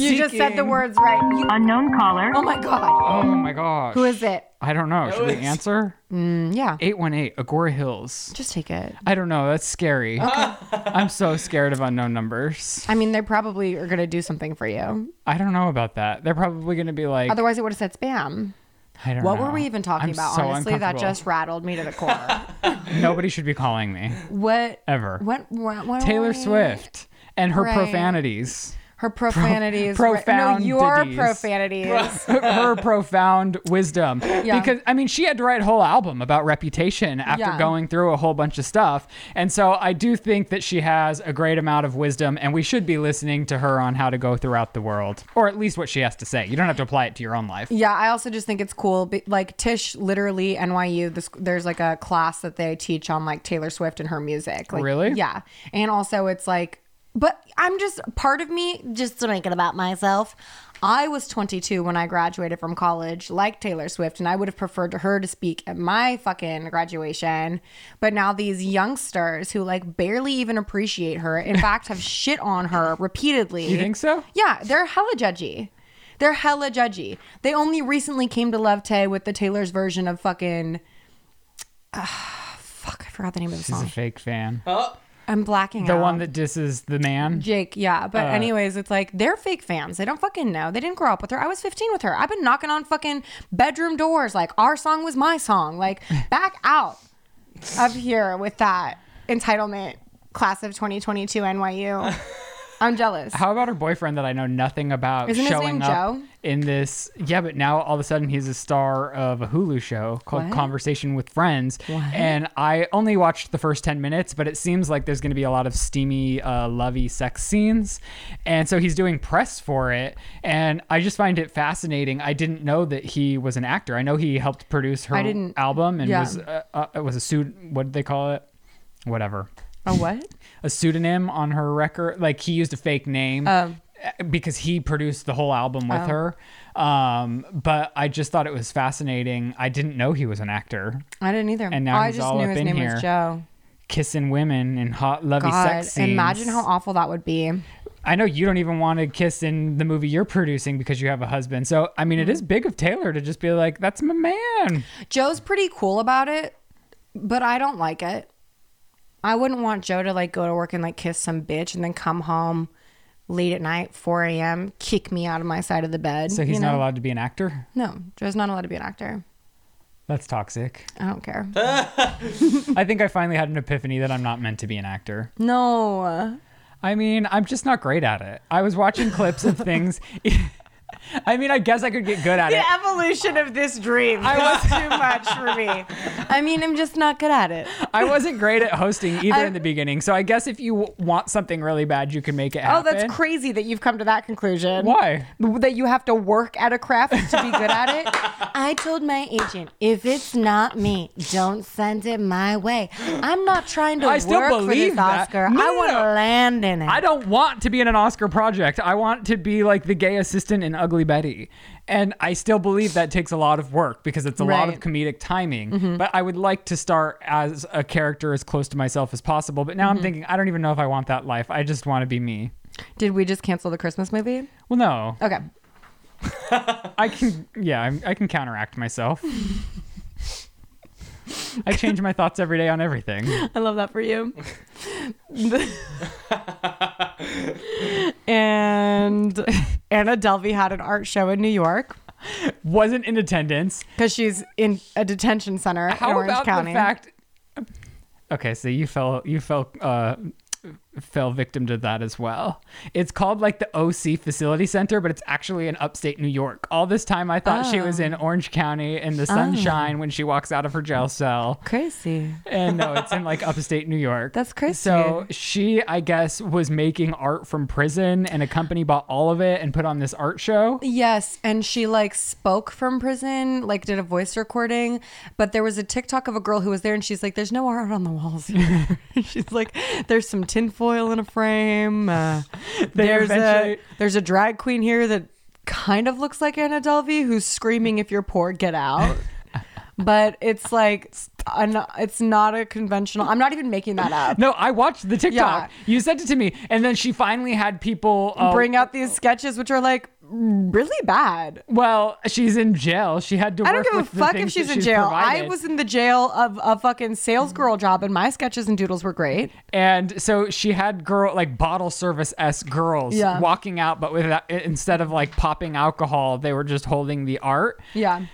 you just said the seeking- words right. You- Unknown caller. oh my god. Oh my gosh. Who is it? I don't know. Should we was- answer? Mm, Yeah. 818 Agora Hills. Just take it. I don't know. That's scary. I'm so scared of unknown numbers. I mean, they probably are gonna do something for you. I don't know about that. They're probably going to be like, Otherwise, it would have said spam. I don't What know. were we even talking I'm about? so Honestly, that uncomfortable. just rattled me to the core. Nobody should be calling me what? ever. What? What? what Taylor Swift and her Right. profanities. Her profanities. Pro- were- no, your profundities. profanities. her profound wisdom. Yeah. Because I mean, she had to write a whole album about reputation after Yeah. going through a whole bunch of stuff. And so I do think that she has a great amount of wisdom and we should be listening to her on how to go throughout the world. Or at least what she has to say. You don't have to apply it to your own life. Yeah, I also just think it's cool. be- Like Tish, literally NYU. This, there's like a class that they teach on like Taylor Swift and her music. Like, Really? Yeah, and also it's like, but I'm just part of me just thinking about myself. I was 22 when I graduated from college, like Taylor Swift, and I would have preferred her to speak at my fucking graduation. But now these youngsters who like barely even appreciate her, in fact, have shit on her repeatedly. You think so? Yeah, they're hella judgy. They're hella judgy. They only recently came to love Tay with the Taylor's version of fucking. Ah, fuck, I forgot the name of the She's a song. fake fan. I'm blacking The out. one that Uh. disses the man. Jake, yeah. But anyways, it's like they're fake fans. They don't fucking know. They didn't grow up with her. I was 15 with her. I've been knocking on fucking bedroom doors like our song was my song. Like back out of here with that entitlement class of 2022 NYU. I'm jealous. How about her boyfriend that I know nothing about Isn't his showing name up Joe? in this? Yeah, but now all of a sudden he's a star of a Hulu show called What? Conversation with Friends, What? and I only watched the first ten minutes, but it seems like there's going to be a lot of steamy, uh, lovey sex scenes, and so he's doing press for it, and I just find it fascinating. I didn't know that he was an actor. I know he helped produce her I didn't- album and yeah. was uh, uh, it was a suit. What did they call it? Whatever oh what? a pseudonym on her record. Like he used a fake name Um. uh, because he produced the whole album with Oh. her. Um, but I just thought it was fascinating. I didn't know he was an actor. I didn't either. And now I he's just all knew up his in name here. was Joe. Kissing women in hot, lovey God, sex scenes. imagine how awful that would be. I know you don't even want to kiss in the movie you're producing because you have a husband. So, I Mm-hmm. mean, it is big of Taylor to just be like, that's my man. Joe's pretty cool about it, but I don't like it. I wouldn't want Joe to like go to work and like kiss some bitch and then come home late at night, 4 a.m., kick me out of my side of the bed. So he's you know? not allowed to be an actor? No, Joe's not allowed to be an actor. That's toxic. I don't care. I think I finally had an epiphany that I'm not meant to be an actor. no. I mean, I'm just not great at it. I was watching clips of things. I mean, I guess I could get good at it. The evolution of this dream was too much for me. I mean, I'm just not good at it. I wasn't great at hosting either I- in the beginning. So I guess if you w- want something really bad, you can make it Oh, happen. that's crazy that you've come to that conclusion. Why? That you have to work at a craft to be good at it. I told my agent, if it's not me, don't send it my way. I'm not trying to I still work for believe this that. Oscar. No, I no, want to no. land in it. I don't want to be in an Oscar project. I want to be like the gay assistant in Ugly Betty. And I still believe that takes a lot of work because it's a lot of Right. Mm-hmm. comedic timing. But I would like to start as a character as close to myself as possible. But now Mm-hmm. I'm thinking, I don't even know if I want that life. I just want to be me. Did we just cancel the Christmas movie? Well, no. Okay. I can, yeah, I'm, I can counteract myself. I change my thoughts every day on everything. I love that for you. and Anna Delvey had an art show in New York Wasn't in attendance. because she's in a detention center in How Orange about County. the fact? Okay, so you fell, you fell, uh, fell victim to that as well. It's called like the OC Facility Center, but it's actually in upstate New York. All this time, I thought she was in Orange County in the sunshine when she walks out of her jail cell. Crazy. and no, it's in like upstate New York. That's crazy. So she, I guess, was making art from prison, and a company bought all of it and put on this art show. Yes, and she like spoke from prison, like did a voice recording. But there was a TikTok of a girl who was there, and she's like, "There's no art on the walls here." she's like, "There's some tinfoil in a frame. Uh, there's a eventually- there's a drag queen here that kind of looks like Anna Delvey, who's screaming, "If you're poor, get out." but it's like an, it's not a conventional. I'm not even making that up. No, I watched the TikTok. Yeah. You sent it to me, and then she finally had people uh, Bring out these sketches, which are like really bad. Well, she's in jail. She had to. I don't work give a with the fuck if things she's that in jail. I provided. was in the jail of a fucking sales girl job, and my sketches and doodles were great. and so she had girl like bottle service s girls Yeah. walking out, but without instead of like popping alcohol, they were just holding the art. Yeah.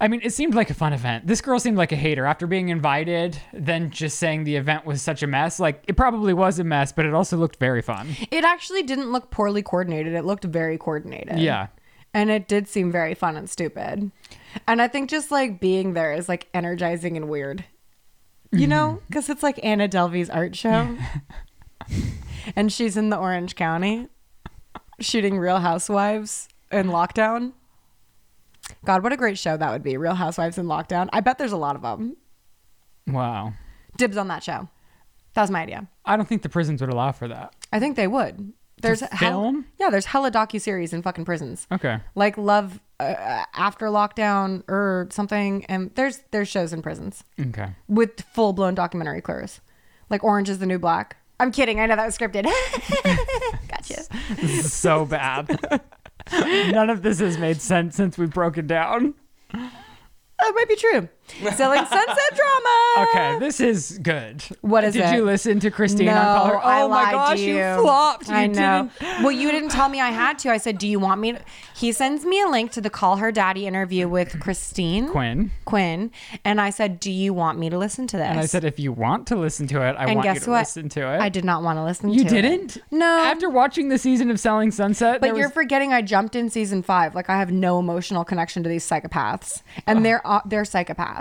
I mean, it seemed like a fun event. This girl seemed like a hater after being invited, then just saying the event was such a mess. Like, it probably was a mess, but it also looked very fun. It actually didn't look poorly coordinated. It looked very coordinated. Yeah. And it did seem very fun and stupid. And I think just like being there is like energizing and weird. You know? Because it's like Anna Delvey's art show. and she's in the Orange County shooting Real Housewives in lockdown. God, what a great show that would be. Real Housewives in lockdown. I bet there's a lot of them. Wow. Dibs on that show. That was my idea. I don't think the prisons would allow for that. I think they would. There's film? Hell, yeah, there's hella docu series in fucking prisons. Okay. like love uh, after lockdown or something and there's there's shows in prisons Okay. with full-blown documentary clues like orange is the new black i'm kidding i know that was scripted gotcha This is so bad. None of this has made sense since we've broken down. that might be true Selling sunset drama. Okay, this is good. What is Did it? you listen to Christine no, on Color? Oh I my lied to gosh, you. flopped. You I know. didn't- Well, you didn't tell me I had to. I said, "Do you want me?" to He sends me a link to the Call Her Daddy interview with Christine Quinn. Quinn, and I said, "Do you want me to listen to this?" And I said, if you want to listen to it, I And want you guess to what? listen to it. "I did not want to listen." You to it. didn't? No. After watching the season of Selling Sunset, But there you're was- forgetting I jumped in season five. Like I have no emotional connection to these psychopaths, and they're uh, they're psychopaths.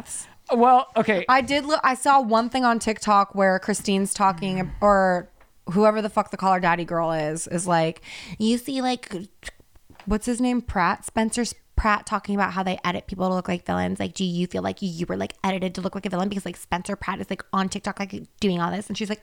well, okay. I did. Look, I saw one thing on TikTok where Christine's talking, or whoever the fuck the caller daddy girl is, is like, you see, like, what's his name, Pratt, Spencer Pratt, talking about how they edit people to look like villains. Like, do you feel like you were like edited to look like a villain because like Spencer Pratt is like on TikTok like doing all this, and she's like,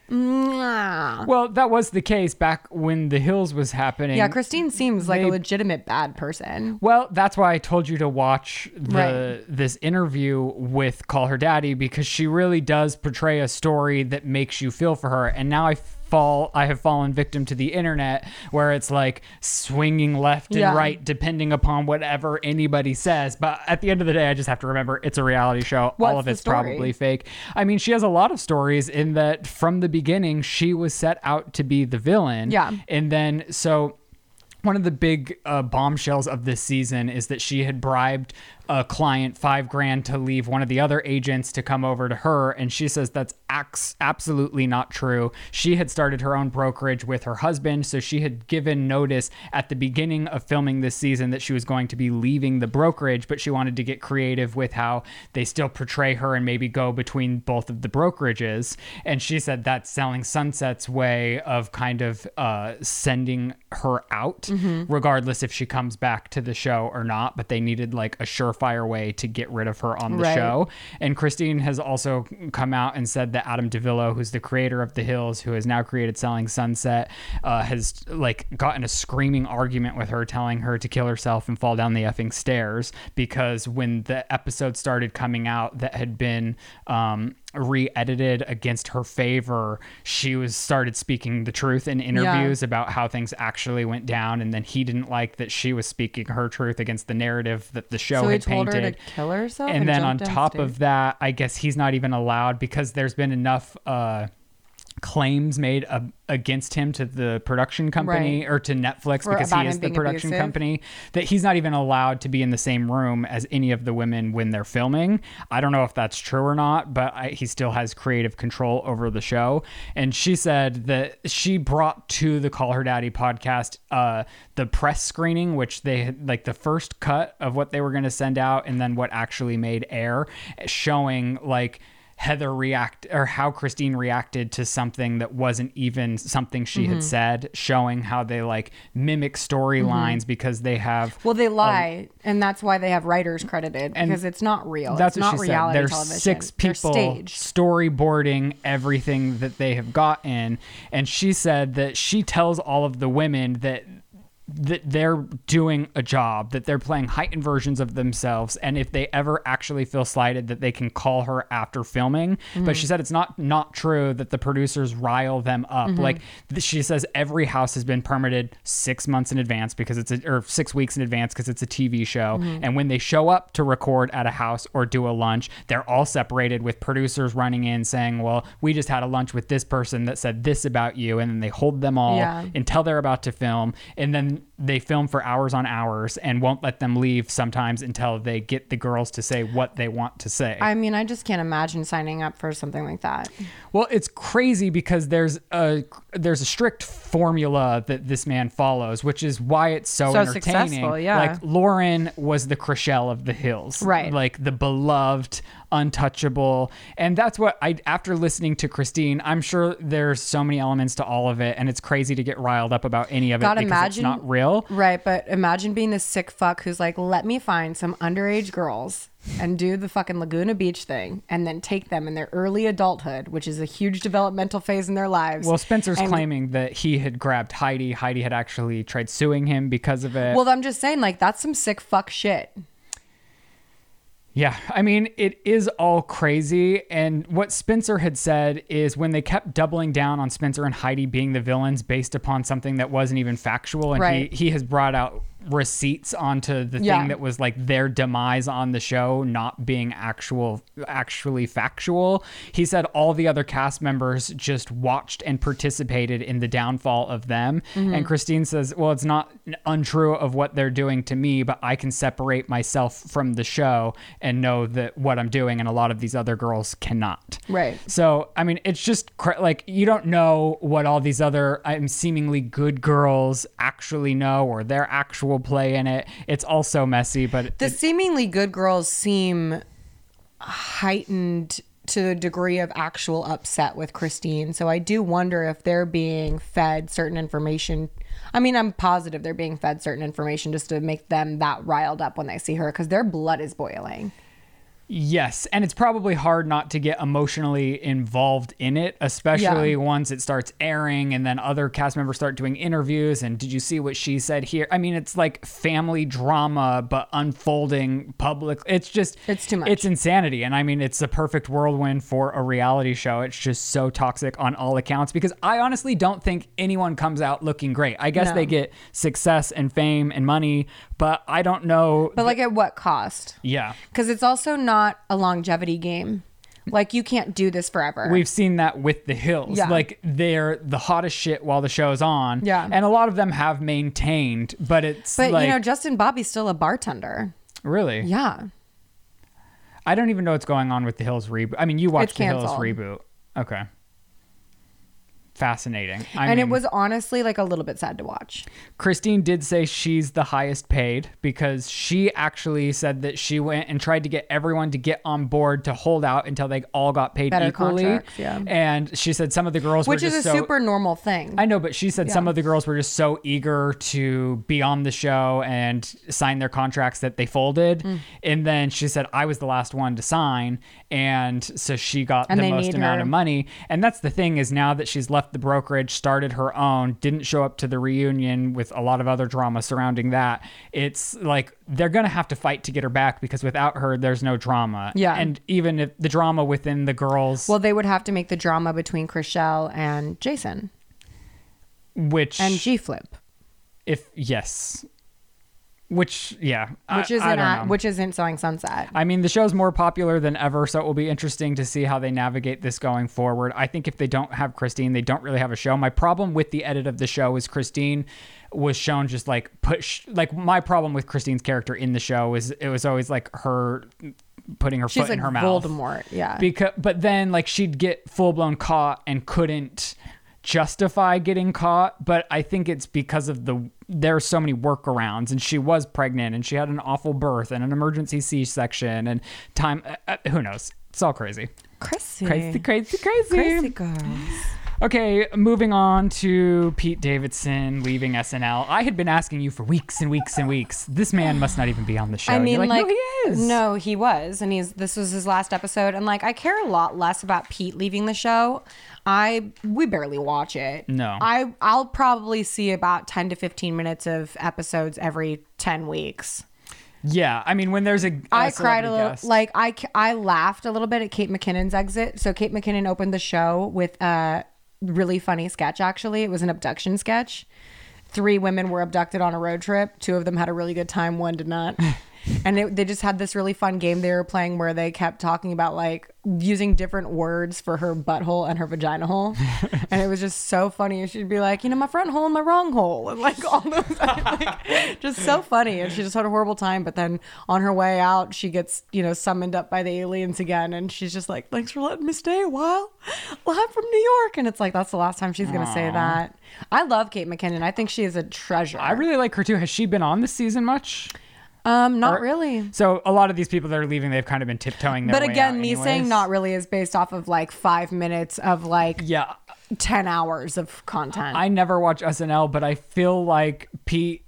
Mwah. well, that was the case back when The Hills was happening. yeah, Christine seems like They- a legitimate bad person. Well, that's why I told you to watch the Right. this interview with Call Her Daddy because she really does portray a story that makes you feel for her. And now I fall I have fallen victim to the internet where it's like swinging left Yeah. and right depending upon whatever anybody says. But at the end of the day, I just have to remember it's a reality show. What's All of the it's story? probably fake. I mean, she has a lot of stories in that from the beginning she was set out to be the villain. Yeah. And then so one of the big uh, bombshells of this season is that she had bribed a client five grand to leave one of the other agents to come over to her. And she says that's ax- absolutely not true. She had started her own brokerage with her husband. So she had given notice at the beginning of filming this season that she was going to be leaving the brokerage, but she wanted to get creative with how they still portray her and maybe go between both of the brokerages. And she said that's Selling Sunset's way of kind of uh, sending her out, regardless if she comes back to the show or not. But they needed like a surefire way to get rid of her on the Right. show. And Christine has also come out and said that Adam DeVillo, who's the creator of The Hills, who has now created Selling Sunset, uh, has like gotten a screaming argument with her, telling her to kill herself and fall down the effing stairs because when the episode started coming out that had been um, re-edited against her favor, she was started speaking the truth in interviews was about how things actually went down, and then he didn't like that she was speaking her truth against the narrative that the show So he had told her painted. to kill herself and, and then on jump top downstairs? of that, I guess he's not even allowed because there's been enough. Uh, claims made uh, against him to the production company or to Netflix For- because about he him is the being production abusive? company that he's not even allowed to be in the same room as any of the women when they're filming. I don't know if that's true or not, but I, he still has creative control over the show. And she said that she brought to the Call Her Daddy podcast uh, the press screening, which they had like the first cut of what they were going to send out and then what actually made air, showing like. Heather react or how Christine reacted to something that wasn't even something she Mm-hmm. had said, showing how they like mimic storylines because they have Mm-hmm. Well, they lie, and that's why they have writers credited because it's not real. that's it's what not she said. reality There's television. six They're people staged. storyboarding everything that they have gotten, and she said that she tells all of the women that that they're doing a job, that they're playing heightened versions of themselves, and if they ever actually feel slighted, that they can call her after filming. But she said it's not not true that the producers rile them up. Like th- she says, every house has been permitted six months in advance because it's a, or six weeks in advance because it's a TV show. And when they show up to record at a house or do a lunch, they're all separated with producers running in saying, "Well, we just had a lunch with this person that said this about you," and then they hold them all Yeah. until they're about to film and then they film for hours on hours and won't let them leave sometimes until they get the girls to say what they want to say I mean, I just can't imagine signing up for something like that. well it's crazy because there's a there's a strict formula that this man follows which is why it's so, So entertaining successful, yeah. like lauren was the Chriselle of the hills Right. like the beloved untouchable and that's what i after listening to christine i'm sure there's so many elements to all of it and it's crazy to get riled up about any of it God, because imagine- it's not real Right, but imagine being this sick fuck who's like, let me find some underage girls and do the fucking Laguna Beach thing and then take them in their early adulthood, which is a huge developmental phase in their lives. Well, Spencer's and- claiming that he had grabbed Heidi. Heidi had actually tried suing him because of it. Well, I'm just saying, like, that's some sick fuck shit. yeah, I mean, it is all crazy. And what Spencer had said is when they kept doubling down on Spencer and Heidi being the villains based upon something that wasn't even factual, and Right. he, he has brought out receipts onto the Yeah. thing that was like their demise on the show not being actual actually factual he said all the other cast members just watched and participated in the downfall of them and christine says well it's not n- untrue of what they're doing to me but i can separate myself from the show and know that what i'm doing and a lot of these other girls cannot Right. so, I mean, it's just cra- like you don't know what all these other um, seemingly good girls actually know or their actual play in it. It's all so messy, but The seemingly good girls seem heightened to the degree of actual upset with Christine. So I do wonder if they're being fed certain information. I mean, I'm positive they're being fed certain information just to make them that riled up when they see her because their blood is boiling. yes. And it's probably hard not to get emotionally involved in it, especially Yeah. once it starts airing and then other cast members start doing interviews. And did you see what she said here? I mean, it's like family drama, but unfolding public. It's just, It's too much. It's insanity. And I mean, it's the perfect whirlwind for a reality show. It's just so toxic on all accounts because I honestly don't think anyone comes out looking great. I guess No. they get success and fame and money, but I don't know. But like, at what cost? yeah. Because it's also not a longevity game. Like, you can't do this forever. We've seen that with the Hills. Yeah. Like they're the hottest shit while the show's on. Yeah. And a lot of them have maintained, but it's but like you know, Justin Bobby's still a bartender. really. Yeah. I don't even know what's going on with the Hills reboot. I mean, you watched It's the Hills canceled. reboot. Okay. Fascinating. I and mean- it was honestly like a little bit sad to watch. Christine did say she's the highest paid because she actually said that she went and tried to get everyone to get on board to hold out until they all got paid Better equally. contracts, yeah. And she said some of the girls Which were is just a so, super normal thing. I know, but she said some Yeah. of the girls were just so eager to be on the show and sign their contracts that they folded. Mm. And then she said, I was the last one to sign. And so she got And the they most need amount her. of money. And that's the thing is now that she's left the brokerage, started her own, didn't show up to the reunion with a lot of other drama surrounding that. It's like they're going to have to fight to get her back because without her, there's no drama. Yeah. And even if the drama within the girls, well, they would have to make the drama between Chriselle and Jason which. and G Flip, if yes which yeah which I, isn't I don't at, know. which isn't Selling Sunset. I mean, the show's more popular than ever, so it will be interesting to see how they navigate this going forward. I think if they don't have Christine, they don't really have a show. My problem with the edit of the show is Christine was shown just like push. Like my problem with Christine's character in the show is it was always like her putting her She's foot like in her mouth Voldemort. Yeah. because but then like she'd get full blown caught and couldn't justify getting caught but i think it's because of the there are so many workarounds and she was pregnant and she had an awful birth and an emergency c-section and time uh, uh, who knows it's all crazy Chrissy. crazy crazy crazy, Crazy girl. okay moving on to pete davidson leaving snl i had been asking you for weeks and weeks and weeks this man must not even be on the show I And mean, you're like, no he is no, he was, and he's. This was his last episode, and like, I care a lot less about Pete leaving the show. I we barely watch it. No. I I'll probably see about ten to fifteen minutes of episodes every ten weeks. yeah i mean when there's a I cried a a celebrity little. guest- Like I, c- I laughed a little bit at Kate McKinnon's exit. So Kate McKinnon opened the show with a really funny sketch. Actually, it was an abduction sketch. Three women were abducted on a road trip. Two of them had a really good time. One did not. And it, they just had this really fun game they were playing where they kept talking about like using different words for her butthole and her vagina hole, and it was just so funny. And she'd be like, you know, my front hole and my wrong hole, and like all those just so funny and she just had a horrible time but then on her way out she gets you know summoned up by the aliens again and she's just like thanks for letting me stay a while well i'm from new york and it's like that's the last time she's gonna say that i love kate mckinnon i think she is a treasure I really like her too. Has she been on this season much? um not really So a lot of these people that are leaving, they've kind of been tiptoeing their but way out again me anyways. saying not really is based off of like five minutes of like Yeah, 10 hours of content I never watch SNL, but I feel like Pete.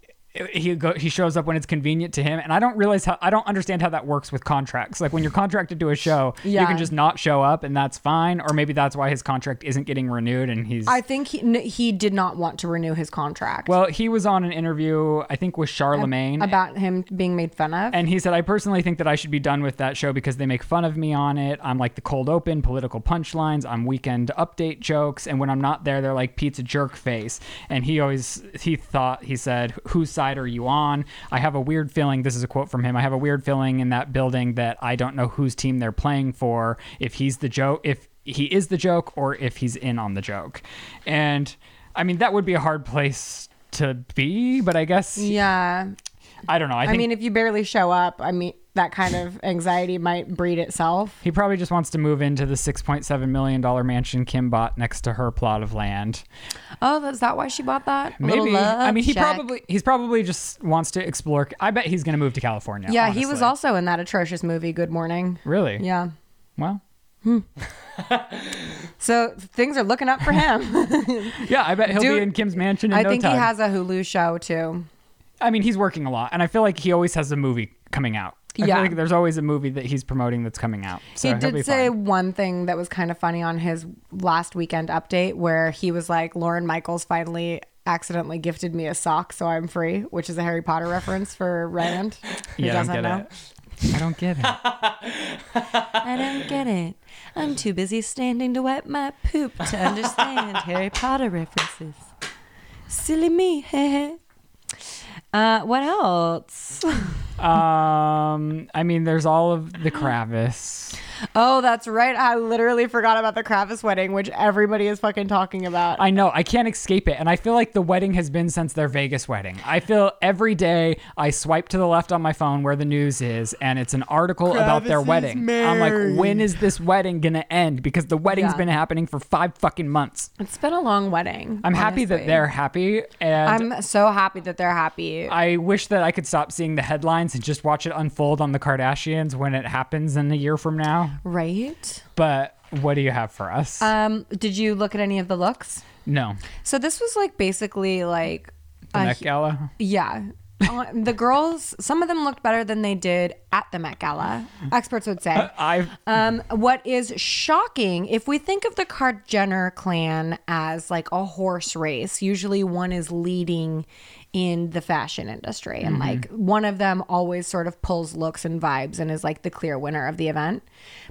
He go, he shows up when it's convenient to him, and I don't realize how I don't understand how that works with contracts. Like when you're contracted to a show, you Yeah. can just not show up, and that's fine. Or maybe that's why his contract isn't getting renewed, and he's I think he, n- he did not want to renew his contract well. He was on an interview, I think, with Charlemagne, about him being made fun of. And he said, I personally think that I should be done with that show because they make fun of me on it. I'm like the cold open, political punchlines. I'm weekend update jokes. And when I'm not there, they're like pizza jerk face. And he always, he thought, he said, whose side side are you on? I have a weird feeling. This is a quote from him. I have a weird feeling in that building that I don't know whose team they're playing for. If he's the joke, if he is the joke, or if he's in on the joke. And I mean, that would be a hard place to be, but I guess Yeah. I don't know. I, I think mean, if you barely show up, I mean, that kind of anxiety might breed itself. He probably just wants to move into the $6.7 million mansion Kim bought next to her plot of land. Oh, that's that why she bought that? A little Maybe. I love mean, he shack. probably he's probably just wants to explore. I bet he's going to move to California. Yeah, he was honestly. also in that atrocious movie, Good Morning. Really? Yeah. Well, So things are looking up for him. yeah, I bet he'll Dude, be in Kim's mansion in I no think time. he has a Hulu show too. I mean, he's working a lot, and I feel like he always has a movie coming out. I Yeah. feel like there's always a movie that he's promoting that's coming out. So he he'll be did say fine. one thing that was kind of funny on his last weekend update where he was like, Lauren Michaels finally accidentally gifted me a sock, so I'm free, which is a Harry Potter reference for Ryland. Who yeah, I doesn't don't get know? it. I don't get it. I don't get it. I'm too busy standing to wipe my poop to understand Harry Potter references. Silly me. heh heh. uh, what else? um, I mean, there's all of the Kravis. Oh, that's right. I literally forgot about the Kravis wedding, which everybody is fucking talking about. I know. I can't escape it. And I feel like the wedding has been since their Vegas wedding. I feel every day I swipe to the left on my phone where the news is, and it's an article about their Travis is wedding. I'm like, when is this wedding going to end? Because the wedding's Yeah. been happening for five fucking months. It's been a long wedding. I'm happy that honestly. they're happy. And I'm so happy that they're happy. i wish that I could stop seeing the headlines and just watch it unfold on the Kardashians when it happens in a year from now. right? But what do you have for us? Um, did you look at any of the looks? no. So this was like basically like The a Met Gala? Yeah. Uh, the girls, some of them looked better than they did at the Met Gala, experts would say. I've Um, what is shocking, if we think of the Card Jenner clan as like a horse race, usually one is leading in the fashion industry, and like one of them always sort of pulls looks and vibes and is like the clear winner of the event.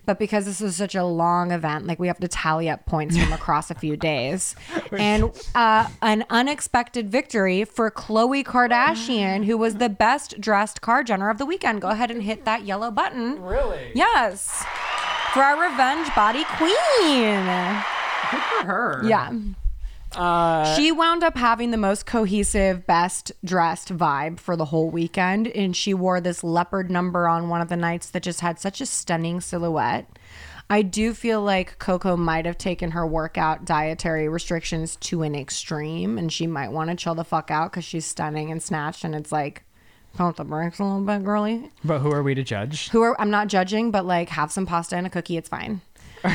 But because this is such a long event, like we have to tally up points from across a few days, and uh, an unexpected victory for Khloe Kardashian, who was the best dressed Card Jenner of the weekend. Go ahead and hit that yellow button. Really? Yes. For our revenge body queen. for her. Uh, Yeah. she wound up having the most cohesive, best dressed vibe for the whole weekend. And she wore this leopard number on one of the nights that just had such a stunning silhouette. I do feel like Coco might have taken her workout dietary restrictions to an extreme and she might want to chill the fuck out because she's stunning and snatched. And it's like, pump the brakes a little bit, girly But who are we to judge? who are I'm not judging, but like have some pasta and a cookie, it's fine.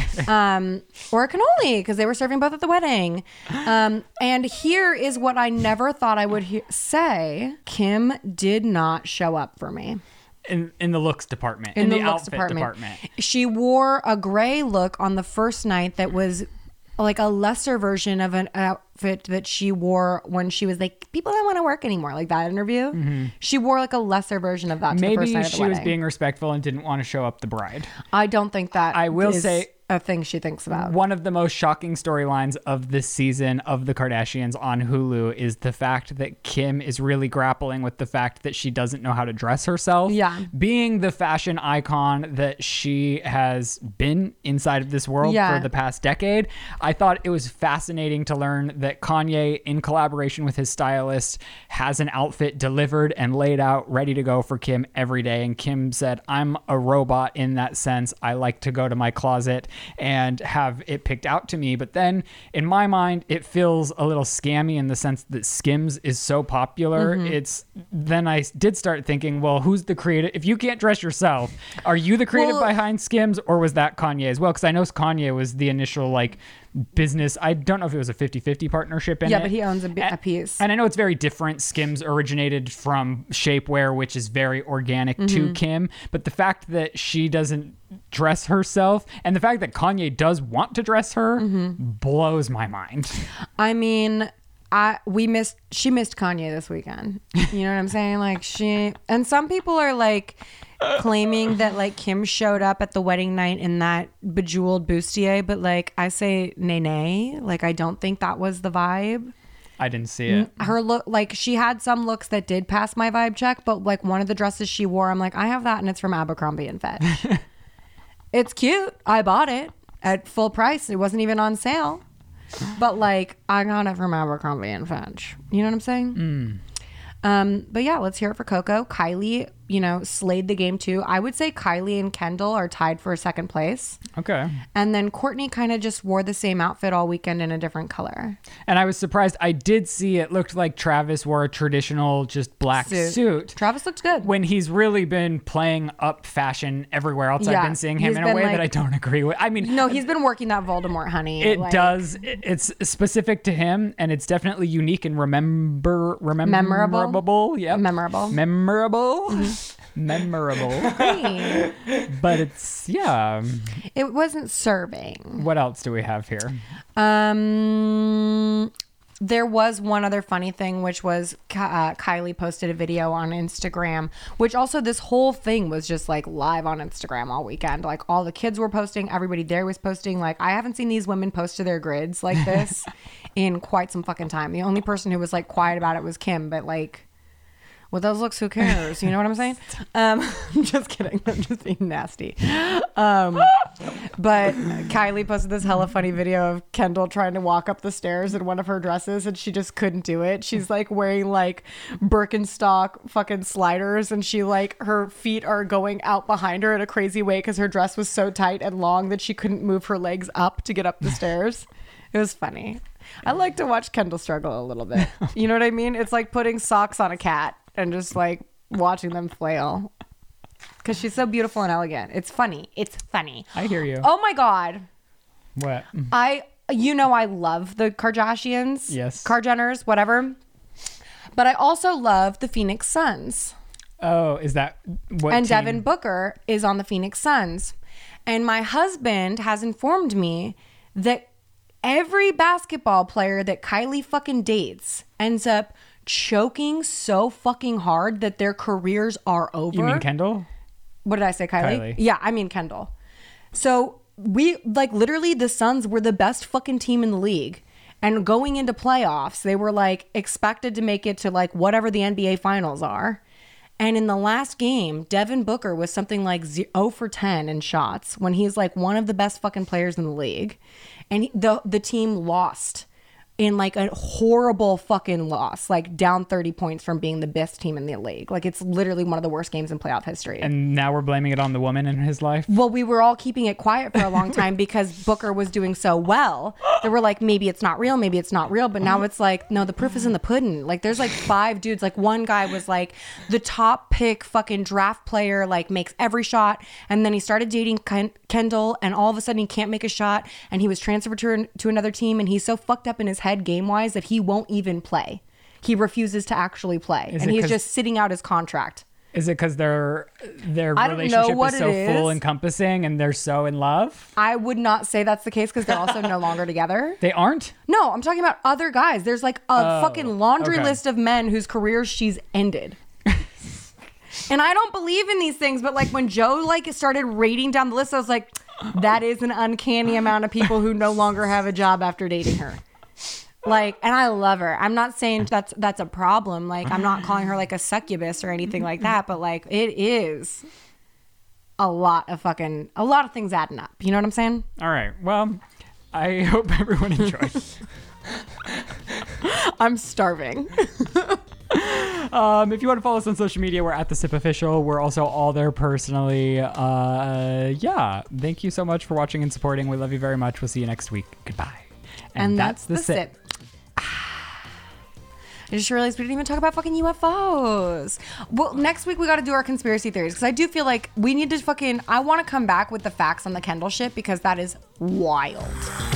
um, or a cannoli because they were serving both at the wedding. Um, and here is what I never thought I would he- say: Kim did not show up for me in in the looks department in, in the, the, looks outfit department. She wore a gray look on the first night that was like a lesser version of an outfit that she wore when she was like, "People don't want to work anymore." Like that interview, she wore like a lesser version of that. To the first Mm-hmm. Maybe night of the she was wedding. being respectful and didn't want to show up the bride. I don't think that I will is say- Mm-hmm. a thing she thinks about. One of the most shocking storylines of this season of the Kardashians on Hulu is the fact that Kim is really grappling with the fact that she doesn't know how to dress herself. Yeah. Being the fashion icon that she has been inside of this world Yeah. for the past decade, I thought it was fascinating to learn that Kanye, in collaboration with his stylist, has an outfit delivered and laid out ready to go for Kim every day. And Kim said, I'm a robot in that sense. I like to go to my closet and have it picked out to me. But then in my mind, it feels a little scammy in the sense that Skims is so popular. It's then I did start thinking, well, who's the creative? If you can't dress yourself, are you the creative Well- behind Skims or was that Kanye as well? Because I know Kanye was the initial like business. I don't know if it was a 50 50 partnership in Yeah, it. but he owns a bi- And- a piece. And I know it's very different. Skims originated from shapewear, which is very organic Mm-hmm. to Kim. But the fact that she doesn't dress herself and the fact that Kanye does want to dress her Mm-hmm. blows my mind. I mean, I we missed she missed Kanye this weekend. You know what I'm saying? Like she and some people are like claiming that like Kim showed up at the wedding night in that bejeweled bustier, but like I say nay nay. Like I don't think that was the vibe. I didn't see it. her look like she had some looks that did pass my vibe check but like one of the dresses she wore i'm like i have that and it's from abercrombie and fetch it's cute i bought it at full price it wasn't even on sale but like i got it from abercrombie and fetch you know what i'm saying um but yeah let's hear it for coco kylie you know slayed the game too i would say kylie and kendall are tied for second place Okay. and then courtney kind of just wore the same outfit all weekend in a different color And I was surprised. I did see it looked like Travis wore a traditional just black suit. travis looked good when he's really been playing up fashion everywhere else Yeah, I've been seeing him he's in a been, way like- that I don't agree with. I mean, No, he's been working that Voldemort, honey. it like, does. it- It's specific to him, and it's definitely unique and remember, remember, Memorable? memorable. Yeah, Memorable. Mm-hmm. memorable, memorable. Honey, but it's yeah. it wasn't serving. What else do we have here? Um, there was one other funny thing, which was Ki- uh, Kylie posted a video on Instagram, which also this whole thing was just like live on Instagram all weekend. Like all the kids were posting, everybody there was posting. Like I haven't seen these women post to their grids like this in quite some fucking time. The only person who was like quiet about it was Kim, but like. with those looks, who cares? You know what I'm saying? Um, I'm just kidding. I'm just being nasty. Um, but Kylie posted this hella funny video of Kendall trying to walk up the stairs in one of her dresses, and she just couldn't do it. She's like wearing like Birkenstock fucking sliders, and she like her feet are going out behind her in a crazy way because her dress was so tight and long that she couldn't move her legs up to get up the stairs. It was funny. I like to watch Kendall struggle a little bit. You know what I mean? It's like putting socks on a cat and just like watching them flail. Because she's so beautiful and elegant. It's funny. It's funny. I hear you. Oh my God. What? I, you know, I love the Kardashians. Yes. Kardjenners, whatever. But I also love the Phoenix Suns Oh, is that what? and team? Devin Booker is on the Phoenix Suns. And my husband has informed me that every basketball player that Kylie fucking dates ends up choking so fucking hard that their careers are over. You mean Kendall? what did I say, Kylie? Kylie. Yeah, I mean Kendall. So we like literally the Suns were the best fucking team in the league. And going into playoffs, they were like expected to make it to like whatever the NBA finals are. And in the last game, Devin Booker was something like ze- 0 for 10 in shots when he's like one of the best fucking players in the league. And he, the the team lost in like a horrible fucking loss, like down 30 points from being the best team in the league. Like it's literally one of the worst games in playoff history. And now we're blaming it on the woman in his life. Well, we were all keeping it quiet for a long time because Booker was doing so well that we're like, maybe it's not real, maybe it's not real. But now it's like, no, the proof is in the pudding. Like, there's like five dudes. Like, one guy was like the top pick fucking draft player, like, makes every shot. And then he started dating Ken- Kendall, and all of a sudden he can't make a shot. And he was transferred to, to another team, and he's so fucked up in his head game wise that he won't even play. He refuses to actually play, Is and it he's 'cause- just sitting out his contract. Is it because their their I don't know relationship what is it so full is. encompassing and they're so in love? I would not say that's the case because they're also no longer together. They aren't. No, I'm talking about other guys. There's like a Oh, fucking laundry okay. list of men whose careers she's ended. and I don't believe in these things, but like when Joe like started rating down the list, I was like, that is an uncanny amount of people who no longer have a job after dating her. Like, and I love her. I'm not saying that's that's a problem. Like, I'm not calling her like a succubus or anything like that, but like it is a lot of fucking a lot of things adding up. You know what I'm saying? All right. Well, I hope everyone enjoyed. I'm starving. um, if you want to follow us on social media, we're at the Sip Official. We're also all there personally. Uh, yeah. Thank you so much for watching and supporting. We love you very much. We'll see you next week. Goodbye. and that's, the sip. Ah. I just realized we didn't even talk about fucking UFOs. Well, next week we got to do our conspiracy theories because I do feel like we need to fucking. I want to come back with the facts on the Kendall shit because that is wild.